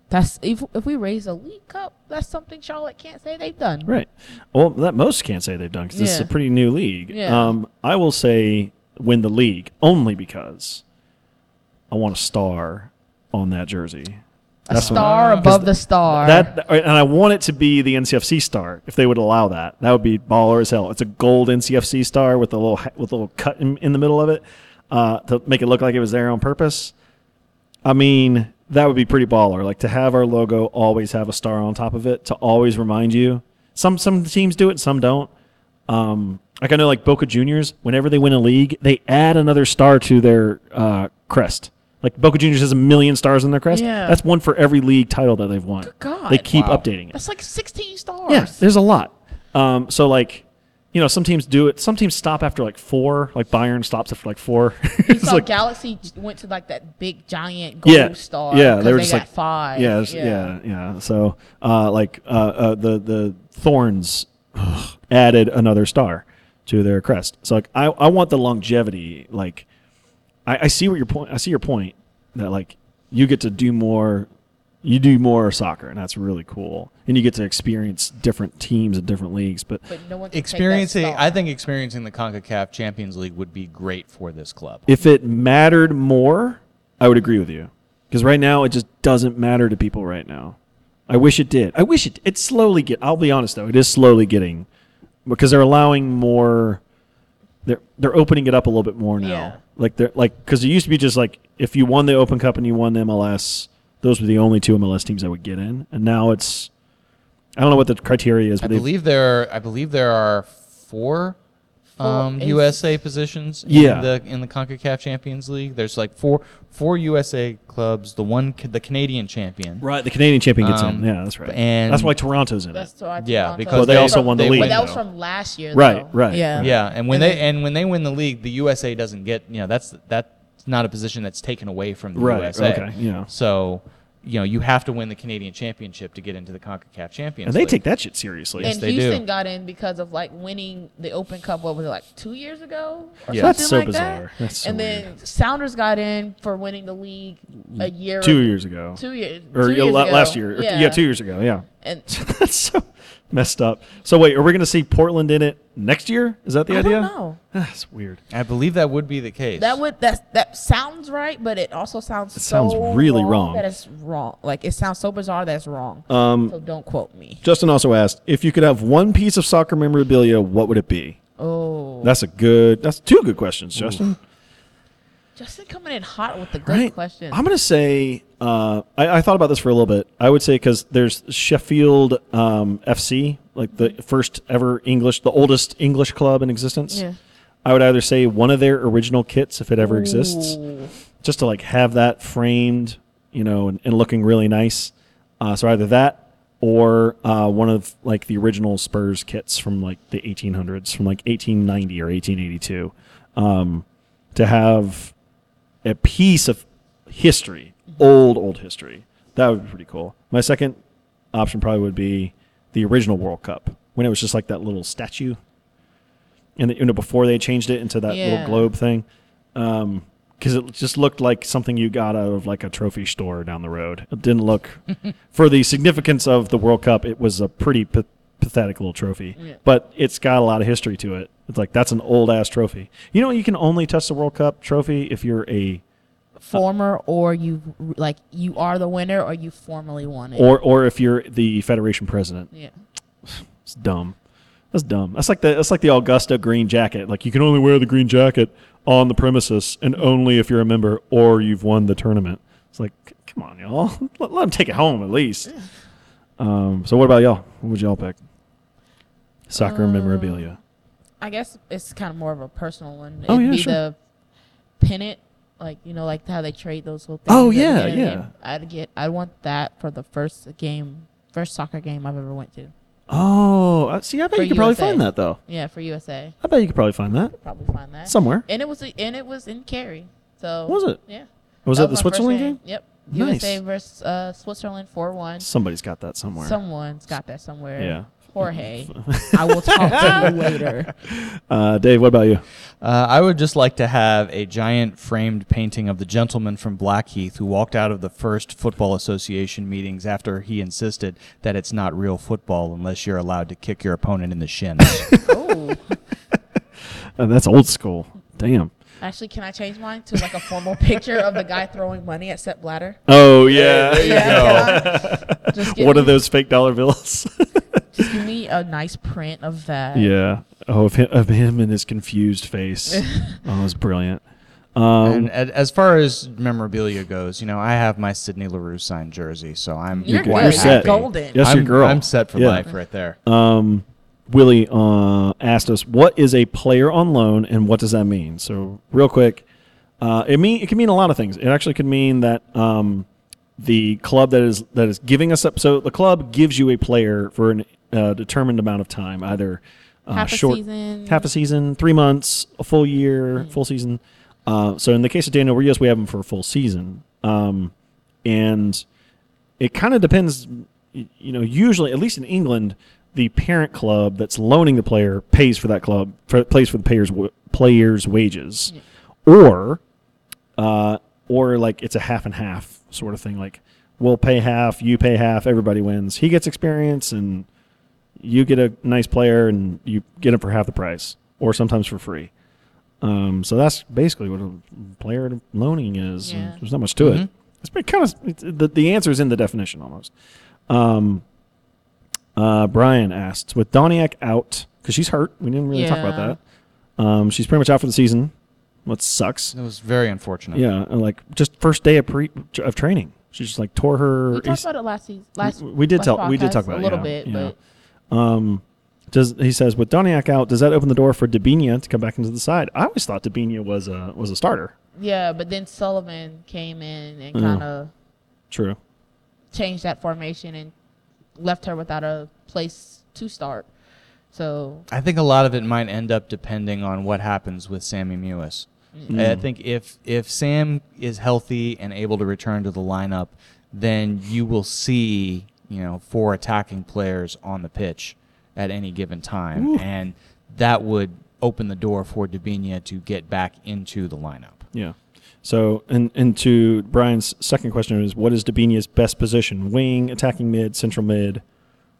Speaker 3: That's if if we raise a league cup, that's something Charlotte can't say they've done.
Speaker 2: Right. Well, that most can't say they've done because this is a
Speaker 3: Yeah.
Speaker 2: pretty new league.
Speaker 3: Yeah.
Speaker 2: Um, I will say win the league only because I want a star on that jersey.
Speaker 3: A
Speaker 2: That's what-
Speaker 3: star above the star.
Speaker 2: That and I want it to be the NCFC star if they would allow that. That would be baller as hell. It's a gold NCFC star with a little ha- with a little cut in, in the middle of it uh, to make it look like it was there on purpose. I mean, that would be pretty baller. Like to have our logo always have a star on top of it to always remind you. Some some teams do it, some don't. Um, like I know, like Boca Juniors, whenever they win a league, they add another star to their uh, crest. Like Boca Juniors has a million stars on their crest.
Speaker 3: Yeah.
Speaker 2: That's one for every league title that they've won.
Speaker 3: God.
Speaker 2: They keep
Speaker 4: Wow.
Speaker 2: updating it.
Speaker 3: that's like sixteen stars.
Speaker 2: Yeah, there's a lot. Um, so like, you know, some teams do it. Some teams stop after like four. Like Bayern stops after like four.
Speaker 3: You
Speaker 2: it's
Speaker 3: saw
Speaker 2: like
Speaker 3: Galaxy j- went to like that big giant gold
Speaker 2: yeah,
Speaker 3: star.
Speaker 2: yeah.
Speaker 3: 'cause
Speaker 2: They were just
Speaker 3: got
Speaker 2: like
Speaker 3: five.
Speaker 2: Yeah, it's- yeah, yeah, So uh, like uh, uh, the the Thorns added another star to their crest. So like I, I want the longevity. Like I, I see what your point. I see your point that like you get to do more. You do more soccer, and that's really cool. And you get to experience different teams and different leagues. But
Speaker 3: But no one can take that
Speaker 4: experiencing,
Speaker 3: star.
Speaker 4: I think experiencing the CONCACAF Champions League would be great for this club.
Speaker 2: if it mattered more, I would agree with you. Because right now, it just doesn't matter to people right now. I wish it did. I wish it. It's slowly get. I'll be honest though, it is slowly getting because they're allowing more. They're they're opening it up a little bit more now.
Speaker 3: Yeah.
Speaker 2: Like they're like because it used to be just like if you won the Open Cup and you won the MLS, those were the only two MLS teams that would get in. And now it's, I don't know what the criteria is,
Speaker 4: I
Speaker 2: but they've
Speaker 4: believe there, are, I believe there are four, um,
Speaker 3: Four is-
Speaker 4: USA positions.
Speaker 2: Yeah.
Speaker 4: in the in the Concacaf Champions League, there's like four four USA clubs. The one, ca- the Canadian champion.
Speaker 2: right the Canadian champion gets
Speaker 4: Um,
Speaker 2: in. Yeah, that's right.
Speaker 4: and-
Speaker 2: that's why Toronto's in
Speaker 3: That's
Speaker 2: it.
Speaker 3: to our
Speaker 4: Yeah,
Speaker 3: Toronto.
Speaker 4: because
Speaker 2: But they they- also won the league,
Speaker 3: But that was
Speaker 2: though.
Speaker 3: from last year.
Speaker 2: Right,
Speaker 3: though.
Speaker 2: right,
Speaker 3: Yeah.
Speaker 2: right.
Speaker 4: Yeah, and
Speaker 3: And
Speaker 4: when they
Speaker 3: then-
Speaker 4: and when they win the league, the USA doesn't get you know that's that's not a position that's taken away from the
Speaker 2: Right,
Speaker 4: USA.
Speaker 2: okay, yeah.
Speaker 4: So you know you have to win the Canadian championship to get into the Concacaf Champions.
Speaker 2: And they
Speaker 4: League.
Speaker 2: take that shit seriously.
Speaker 3: And
Speaker 4: they do.
Speaker 3: Houston got in because of like winning the Open Cup. What was it like two years ago? Or
Speaker 4: Yeah.
Speaker 3: something
Speaker 2: That's so
Speaker 3: like
Speaker 2: bizarre.
Speaker 3: That.
Speaker 2: That's so
Speaker 3: and then Sounders got in for winning the league a year.
Speaker 2: two years ago.
Speaker 3: Two years.
Speaker 2: or
Speaker 3: two
Speaker 2: yeah,
Speaker 3: years
Speaker 2: la-
Speaker 3: ago.
Speaker 2: last year. Or-
Speaker 3: Yeah.
Speaker 2: Yeah. two years ago. Yeah,
Speaker 3: And
Speaker 2: that's so messed up. So wait, are we going to see Portland in it next year? Is that the
Speaker 3: I
Speaker 2: idea?
Speaker 3: don't know.
Speaker 2: That's weird.
Speaker 4: I believe that would be the case.
Speaker 3: That would that that sounds right, but it also sounds it
Speaker 2: sounds really wrong. Um,
Speaker 3: That it's wrong. Like it sounds so bizarre that it's wrong. so don't quote me.
Speaker 2: Justin also asked if you could have one piece of soccer memorabilia, what would it be?
Speaker 3: Oh,
Speaker 2: That's a good. That's two good questions, Justin.
Speaker 3: Mm-hmm. Justin coming in hot with the good
Speaker 2: Right.
Speaker 3: question.
Speaker 2: I'm going to say. Uh, I, I thought about this for a little bit. I would say because there's Sheffield um, FC, like
Speaker 3: Mm-hmm.
Speaker 2: the first ever English, the oldest English club in existence.
Speaker 3: Yeah.
Speaker 2: I would either say one of their original kits, if it ever exists,
Speaker 3: Ooh.
Speaker 2: just to like have that framed, you know, and, and looking really nice. Uh, so either that or uh, one of like the original Spurs kits from like the 1800s, from like 1890 or 1882, um, to have a piece of history, old old history. That would be pretty cool. My second option probably would be the original World Cup when it was just like that little statue, and you know before they changed it into that
Speaker 3: Yeah.
Speaker 2: little globe thing, because it just looked like something you got out of like a trophy store down the road. It didn't look for the significance of the World Cup. It was a pretty pa- pathetic little trophy,
Speaker 3: Yeah.
Speaker 2: but it's got a lot of history to it. It's like that's an old ass trophy. You know, you can only touch the World Cup trophy if you're a
Speaker 3: former or you like you are the winner or you formally won it.
Speaker 2: or or if you're the federation president.
Speaker 3: yeah.
Speaker 2: It's dumb. That's dumb. That's like the that's like the Augusta green jacket. Like you can only wear the green jacket on the premises and only if you're a member or you've won the tournament. It's like, c- come on, y'all. Let, let them take it home at least. Um, so what about y'all? What would y'all pick? Soccer memorabilia.
Speaker 3: I guess it's kind of more of a personal one. It'd
Speaker 2: Oh, yeah,
Speaker 3: be
Speaker 2: sure.
Speaker 3: the pennant, like you know, like how they trade those little things.
Speaker 2: Oh,
Speaker 3: at the
Speaker 2: yeah,
Speaker 3: end of the
Speaker 2: yeah.
Speaker 3: game. I'd get. I want that for the first game, first soccer game I've ever went to.
Speaker 2: Oh, I- see, I bet
Speaker 3: For
Speaker 2: you could probably
Speaker 3: USA.
Speaker 2: find that though.
Speaker 3: Yeah, for USA,
Speaker 2: I bet you could probably find that
Speaker 3: probably find that
Speaker 2: somewhere.
Speaker 3: And it was and it was in Cary. So
Speaker 2: Was it?
Speaker 3: Yeah.
Speaker 2: Was that the
Speaker 3: my first
Speaker 2: Switzerland game?
Speaker 3: Yep.
Speaker 2: Nice.
Speaker 3: USA versus uh, Switzerland 4 1.
Speaker 2: Somebody's got that somewhere.
Speaker 3: Someone's got that somewhere.
Speaker 2: Yeah.
Speaker 3: Jorge. I will talk to you later.
Speaker 2: Uh, Dave, what about you?
Speaker 4: Uh, I would just like to have a giant framed painting of the gentleman from Blackheath who walked out of the first Football Association meetings after he insisted that it's not real football unless you're allowed to kick your opponent in the shins.
Speaker 3: Oh.
Speaker 2: Uh, that's old school. Damn.
Speaker 3: Actually, can I change mine to like a formal picture of the guy throwing money at Sepp Blatter?
Speaker 2: Oh yeah.
Speaker 3: Yeah. can I? Just give
Speaker 2: One
Speaker 3: me,
Speaker 2: of those fake dollar bills.
Speaker 3: Just give me a nice print of that.
Speaker 2: yeah. Oh, of him, of him and his confused face. oh, it was brilliant. Um,
Speaker 4: and a- as far as memorabilia goes, you know, I have my Sidney LaRue signed jersey, so I'm
Speaker 3: You're
Speaker 4: quite
Speaker 3: good. You're
Speaker 4: happy.
Speaker 3: set. Golden.
Speaker 2: Yes,
Speaker 4: I'm,
Speaker 2: your girl.
Speaker 4: I'm set for
Speaker 2: Yeah. Uh,
Speaker 4: life right there.
Speaker 2: Willie uh, asked us, "What is a player on loan, and what does that mean?" So, real quick, uh, it mean it can mean a lot of things. It actually could mean that um, the club that is that is giving us up. So, the club gives you a player for an uh, determined amount of time, either uh,
Speaker 3: Half a
Speaker 2: short,
Speaker 3: season.
Speaker 2: half a season, three months, a full year, full season. Uh, so, in the case of Daniel Rios, we have him for a full season, um, and it kind of depends y- you know usually at least in england the parent club that's loaning the player pays for that club for, pays for the player's wa- player's wages or uh, or like it's a half and half sort of thing like we'll pay half you pay half everybody wins he gets experience and you get a nice player and you get him for half the price or sometimes for free um, so that's basically what a player loaning is and
Speaker 3: Yeah.
Speaker 2: there's not much to it
Speaker 4: Mhm.
Speaker 2: it's been kind of it's, the, the answer is in the definition almost um, uh, brian asked with doniak out because she's hurt we didn't really talk
Speaker 3: Yeah.
Speaker 2: about that um, she's pretty much out for the season which sucks
Speaker 4: It was very unfortunate.
Speaker 2: yeah, and like just first day of pre of training, she just like tore her.
Speaker 3: We talked
Speaker 2: AC
Speaker 3: about it last season. Last
Speaker 2: we did
Speaker 3: last
Speaker 2: tell- we did
Speaker 3: podcast,
Speaker 2: talk about
Speaker 3: a
Speaker 2: it,
Speaker 3: little
Speaker 2: yeah,
Speaker 3: bit,
Speaker 2: yeah.
Speaker 3: but
Speaker 2: um, does he says with Doniak out, does that open the door for Dabinia to come back into the side? I always thought Dabinia was a was a starter.
Speaker 3: yeah. But then Sullivan came in and
Speaker 2: Yeah.
Speaker 3: kind of
Speaker 2: True.
Speaker 3: changed that formation and left her without a place to start. So
Speaker 4: I think a lot of it might end up depending on what happens with Sammy Mewis. I think if if Sam is healthy and able to return to the lineup, then you will see you know four attacking players on the pitch at any given time, and that would open the door for Dabinia to get back into the lineup.
Speaker 2: Yeah. So and and to Brian's second question is what is Dabinia's best position? Wing, attacking mid, central mid.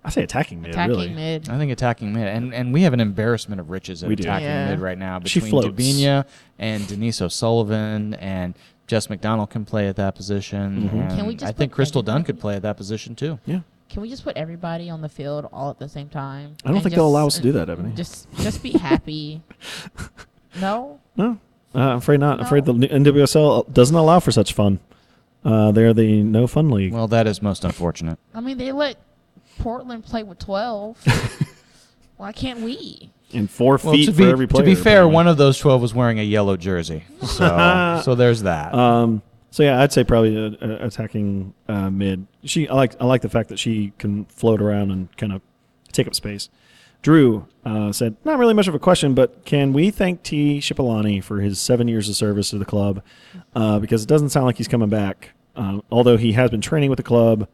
Speaker 2: I say attacking mid.
Speaker 3: attacking
Speaker 2: really.
Speaker 3: mid.
Speaker 4: I think attacking mid, and, and we have an embarrassment of riches at
Speaker 2: We do.
Speaker 4: attacking
Speaker 3: Yeah.
Speaker 4: mid right now
Speaker 2: She
Speaker 4: between
Speaker 2: floats.
Speaker 4: Dabinia and Denise O'Sullivan and Jess McDonald can play at that position.
Speaker 2: Mm-hmm.
Speaker 4: and
Speaker 3: Can we just
Speaker 4: I think
Speaker 3: put
Speaker 4: Crystal Dunn
Speaker 3: everybody-
Speaker 4: could play at that position too.
Speaker 2: Yeah.
Speaker 3: Can we just put everybody on the field all at the same time?
Speaker 2: I don't
Speaker 3: And
Speaker 2: think they'll
Speaker 3: just-
Speaker 2: allow us to do that, Ebony.
Speaker 3: Just just be happy. no.
Speaker 2: No, uh, I'm afraid not. I'm afraid the
Speaker 3: No.
Speaker 2: NWSL doesn't allow for such fun. Uh, they're the no fun league.
Speaker 4: Well, that is most unfortunate.
Speaker 3: I mean, they let Portland play with 12. Why can't we?
Speaker 2: and four
Speaker 4: Well,
Speaker 2: feet
Speaker 4: to
Speaker 2: for
Speaker 4: be,
Speaker 2: every player.
Speaker 4: to be fair,
Speaker 2: apparently.
Speaker 4: one of those twelve was wearing a yellow jersey, so so there's that.
Speaker 2: Um, so yeah, I'd say probably uh, uh, attacking uh, mid. She, I like, I like the fact that she can float around and kind of take up space. Drew uh, said, "Not really much of a question, but can we thank T. Shipolani for his seven years of service to the club? Uh, because it doesn't sound like he's coming back. Um, although he has been training with the club,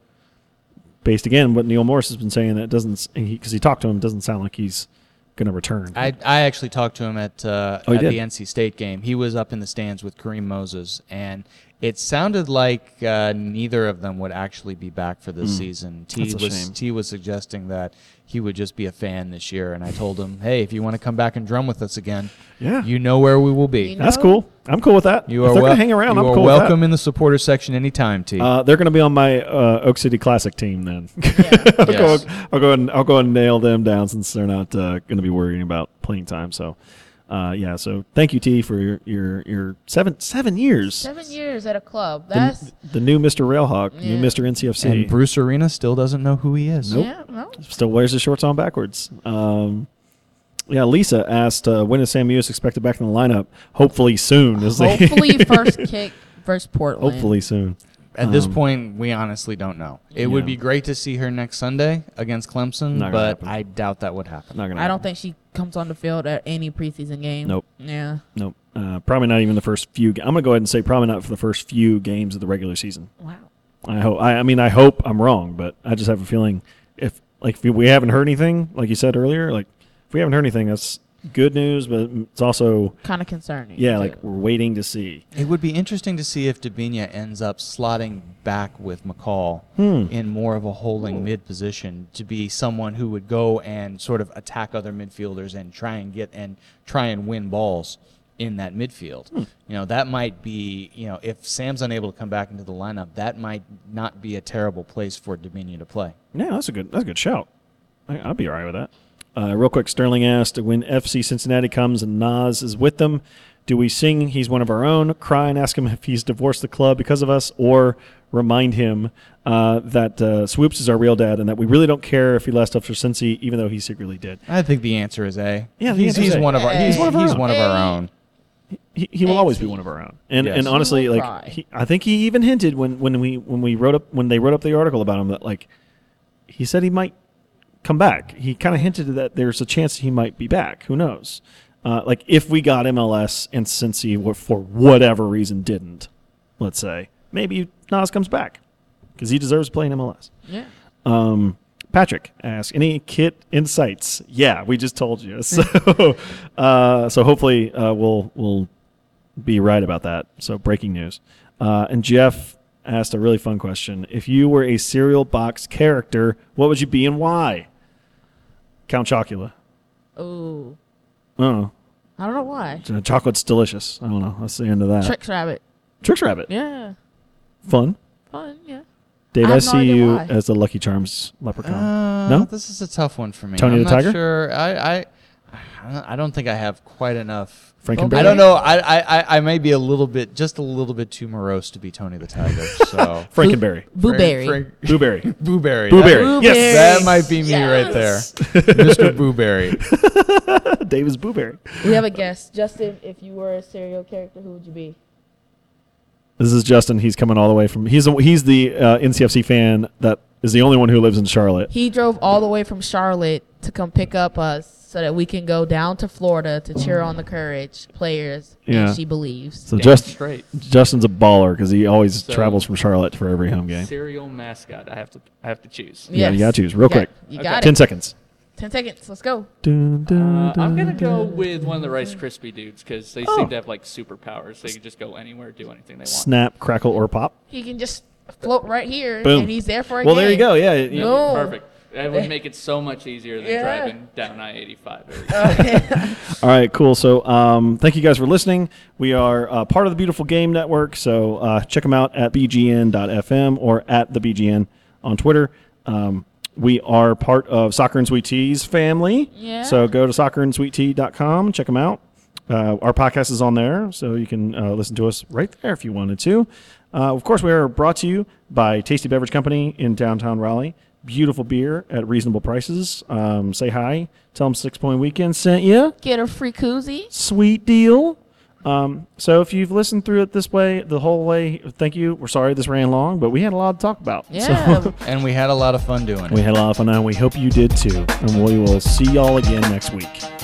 Speaker 2: based again what Neil Morris has been saying that it doesn't because he, talked to him, it doesn't sound like he's going to return.
Speaker 4: I, I actually talked to him at uh,
Speaker 2: Oh, you
Speaker 4: at the
Speaker 2: did?
Speaker 4: NC State game. He was up in the stands with Kareem Moses, and it sounded like uh, neither of them would actually be back for this season. T
Speaker 2: Hmm. That's a
Speaker 4: was
Speaker 2: shame.
Speaker 4: T was suggesting that he would just be a fan this year, and I told him, hey, if you want to come back and drum with us again,
Speaker 2: Yeah.
Speaker 4: you know where we will
Speaker 3: You
Speaker 4: be.
Speaker 3: know-
Speaker 2: That's cool. I'm cool with that.
Speaker 4: You
Speaker 2: if
Speaker 4: are
Speaker 2: they're
Speaker 4: wel-
Speaker 2: gonna hang around.
Speaker 4: You
Speaker 2: I'm
Speaker 4: are
Speaker 2: cool with that.
Speaker 4: welcome in the supporter section anytime, T.
Speaker 2: Uh, they're going to be on my uh, Oak City Classic team then.
Speaker 3: Yeah.
Speaker 2: I'll,
Speaker 4: Yes.
Speaker 2: go, I'll go and I'll go and nail them down since they're not uh, going to be worrying about playing time. So, uh, yeah. So thank you, T, for your your, your seven seven years.
Speaker 3: Seven years at a club.
Speaker 2: The-
Speaker 3: That's.
Speaker 2: the, new Mister Railhawk,
Speaker 3: Yeah.
Speaker 2: new Mister NCFC,
Speaker 4: and Bruce Arena still doesn't know who he is.
Speaker 3: Yeah, no.
Speaker 2: still wears his shorts on backwards. Um, yeah, Lisa asked uh, when is Sam Mewis expected back in the lineup. Hopefully soon. Is the-
Speaker 3: Hopefully, first kick versus Portland.
Speaker 2: hopefully soon.
Speaker 4: At this
Speaker 2: Um,
Speaker 4: point, we honestly don't know. It would
Speaker 2: Yeah.
Speaker 4: be great to see her next Sunday against Clemson,
Speaker 2: Not gonna
Speaker 4: but
Speaker 2: happen.
Speaker 4: I doubt that would happen.
Speaker 2: Not gonna.
Speaker 3: I don't think she comes on the field at any preseason game.
Speaker 2: Nope.
Speaker 3: Yeah.
Speaker 2: Nope. Uh, probably not even the first few. Ga- I'm gonna go ahead and say probably not for the first few games of the regular season.
Speaker 3: Wow.
Speaker 2: I hope. I, I mean, I hope I'm wrong, but I just have a feeling if like if we haven't heard anything, like you said earlier, like if we haven't heard anything, that's good news, but it's also
Speaker 3: Kind of concerning.
Speaker 2: yeah,
Speaker 3: too.
Speaker 2: like we're waiting to see.
Speaker 4: It would be interesting to see if Dabinia ends up slotting back with McCall
Speaker 2: Hmm.
Speaker 4: in more of a holding mid position to be someone who would go and sort of attack other midfielders and try and get and try and win balls in that midfield.
Speaker 2: Hmm.
Speaker 4: You know, that might be, you know, if Sam's unable to come back into the lineup, that might not be a terrible place for Dabinia to play.
Speaker 2: Yeah, that's a good that's a good shout. I, I'd be all right with that. Uh, real quick, Sterling asked when FC Cincinnati comes and Nas is with them. Do we sing he's one of our own, cry and ask him if he's divorced the club because of us, or remind him uh, that uh, Swoops is our real dad and that we really don't care if he left us for Cincy, even though he secretly did.
Speaker 4: I think the answer is A.
Speaker 2: Yeah, the
Speaker 4: he's,
Speaker 2: answer is
Speaker 4: he's
Speaker 2: A.
Speaker 4: one of our
Speaker 3: Hey.
Speaker 4: he's,
Speaker 2: He's one of our
Speaker 4: he's
Speaker 2: own.
Speaker 4: one of our own.
Speaker 2: He, he will always be one of our own. And
Speaker 4: Yes.
Speaker 2: and
Speaker 4: He
Speaker 2: honestly,
Speaker 3: will
Speaker 2: like
Speaker 3: cry.
Speaker 2: he, I think he even hinted when when we when we wrote up when they wrote up the article about him that like he said he might come back. He kind of hinted that there's a chance he might be back. Who knows? Uh, like if we got MLS and Cincy wa- for whatever reason didn't, let's say maybe Nas comes back because he deserves to play in MLS.
Speaker 3: Yeah.
Speaker 2: Um, Patrick asks, any kit insights? Yeah, we just told you. So, uh, so hopefully uh, we'll we'll be right about that. So breaking news. Uh, and Jeff asked a really fun question: If you were a cereal box character, what would you be and why? Count Chocula.
Speaker 3: Oh,
Speaker 2: Oh,
Speaker 3: I don't know why.
Speaker 2: chocolate's delicious. I don't know. That's the end of that.
Speaker 3: Tricks Rabbit.
Speaker 2: Tricks Rabbit.
Speaker 3: Yeah.
Speaker 2: Fun.
Speaker 3: Fun. Yeah.
Speaker 2: Dave,
Speaker 3: I
Speaker 2: I,
Speaker 3: have no
Speaker 2: see
Speaker 3: idea
Speaker 2: you
Speaker 3: why.
Speaker 2: as the Lucky Charms leprechaun.
Speaker 4: Uh,
Speaker 2: no.
Speaker 4: this is a tough one for me.
Speaker 2: Tony
Speaker 4: I'm
Speaker 2: the
Speaker 4: not
Speaker 2: Tiger?
Speaker 4: Sure, I, I, I don't- I don't think I have quite enough.
Speaker 2: Frankenberry.
Speaker 4: I don't know. I, I, I- I may be a little bit, just a little bit too morose to be Tony the Tiger. So
Speaker 2: Frankenberry.
Speaker 3: Boo Berry.
Speaker 4: Frank- Frank-
Speaker 2: Blueberry.
Speaker 4: Booberry.
Speaker 2: Blueberry.
Speaker 3: Blueberry.
Speaker 2: Yes.
Speaker 4: That might be me right there, Mr. Booberry.
Speaker 2: Dave is Blueberry.
Speaker 3: We have a guest. Justin, if you were a serial character, who would you be?
Speaker 2: This is Justin. He's coming all the way from. He's a, he's the uh, NCFC fan that is the only one who lives in Charlotte.
Speaker 3: He drove all the way from Charlotte to come pick up us so that we can go down to Florida to cheer on the Courage players.
Speaker 2: Yeah.
Speaker 3: And she believes.
Speaker 2: So Just,
Speaker 5: straight.
Speaker 2: Justin's a baller because he always
Speaker 5: So-
Speaker 2: travels from Charlotte for every home game.
Speaker 5: Serial mascot. I have to. I have to choose.
Speaker 2: Yeah, you
Speaker 3: Yes.
Speaker 2: gotta choose. Real
Speaker 3: You got-
Speaker 2: quick.
Speaker 3: You
Speaker 5: Okay.
Speaker 3: got
Speaker 2: Ten
Speaker 3: it.
Speaker 2: seconds.
Speaker 3: Ten seconds. Let's go.
Speaker 2: Dun, dun,
Speaker 5: Uh, I'm gonna
Speaker 2: dun,
Speaker 5: go
Speaker 2: dun.
Speaker 5: with one of the Rice Krispie dudes because they
Speaker 2: Oh.
Speaker 5: seem to have like superpowers. They can just go anywhere, do anything they want.
Speaker 2: snap, crackle, or pop.
Speaker 3: He can just float right here,
Speaker 2: Boom.
Speaker 3: and he's there for a
Speaker 2: Well,
Speaker 3: game.
Speaker 2: there you go. Yeah.
Speaker 5: That'd be
Speaker 2: you-
Speaker 3: No.
Speaker 5: Perfect. That would make it so much easier than
Speaker 3: Yeah.
Speaker 5: driving down I-85. every day.
Speaker 3: go.
Speaker 2: All right. Cool. So, um, thank you guys for listening. We are uh, part of the Beautiful Game Network. So uh, check them out at bgn.fm or at the BGN on Twitter. Um, we are part of Soccer and Sweet Tea's family.
Speaker 3: Yeah.
Speaker 2: So go to soccerandsweettea.com. Check them out. Uh, our podcast is on there, so you can uh, listen to us right there if you wanted to. Uh, of course, we are brought to you by Tasty Beverage Company in downtown Raleigh. Beautiful beer at reasonable prices. Um, say hi. Tell them Six Point Weekend sent you
Speaker 3: Get a free koozie.
Speaker 2: sweet deal. Um, so if you've listened through it this way, the whole way, thank you. We're sorry this ran long, but we had a lot to talk about.
Speaker 3: Yeah.
Speaker 2: So
Speaker 4: And we had a lot of fun doing it.
Speaker 2: we had a lot of fun, and we hope you did too. And we will see y'all again next week.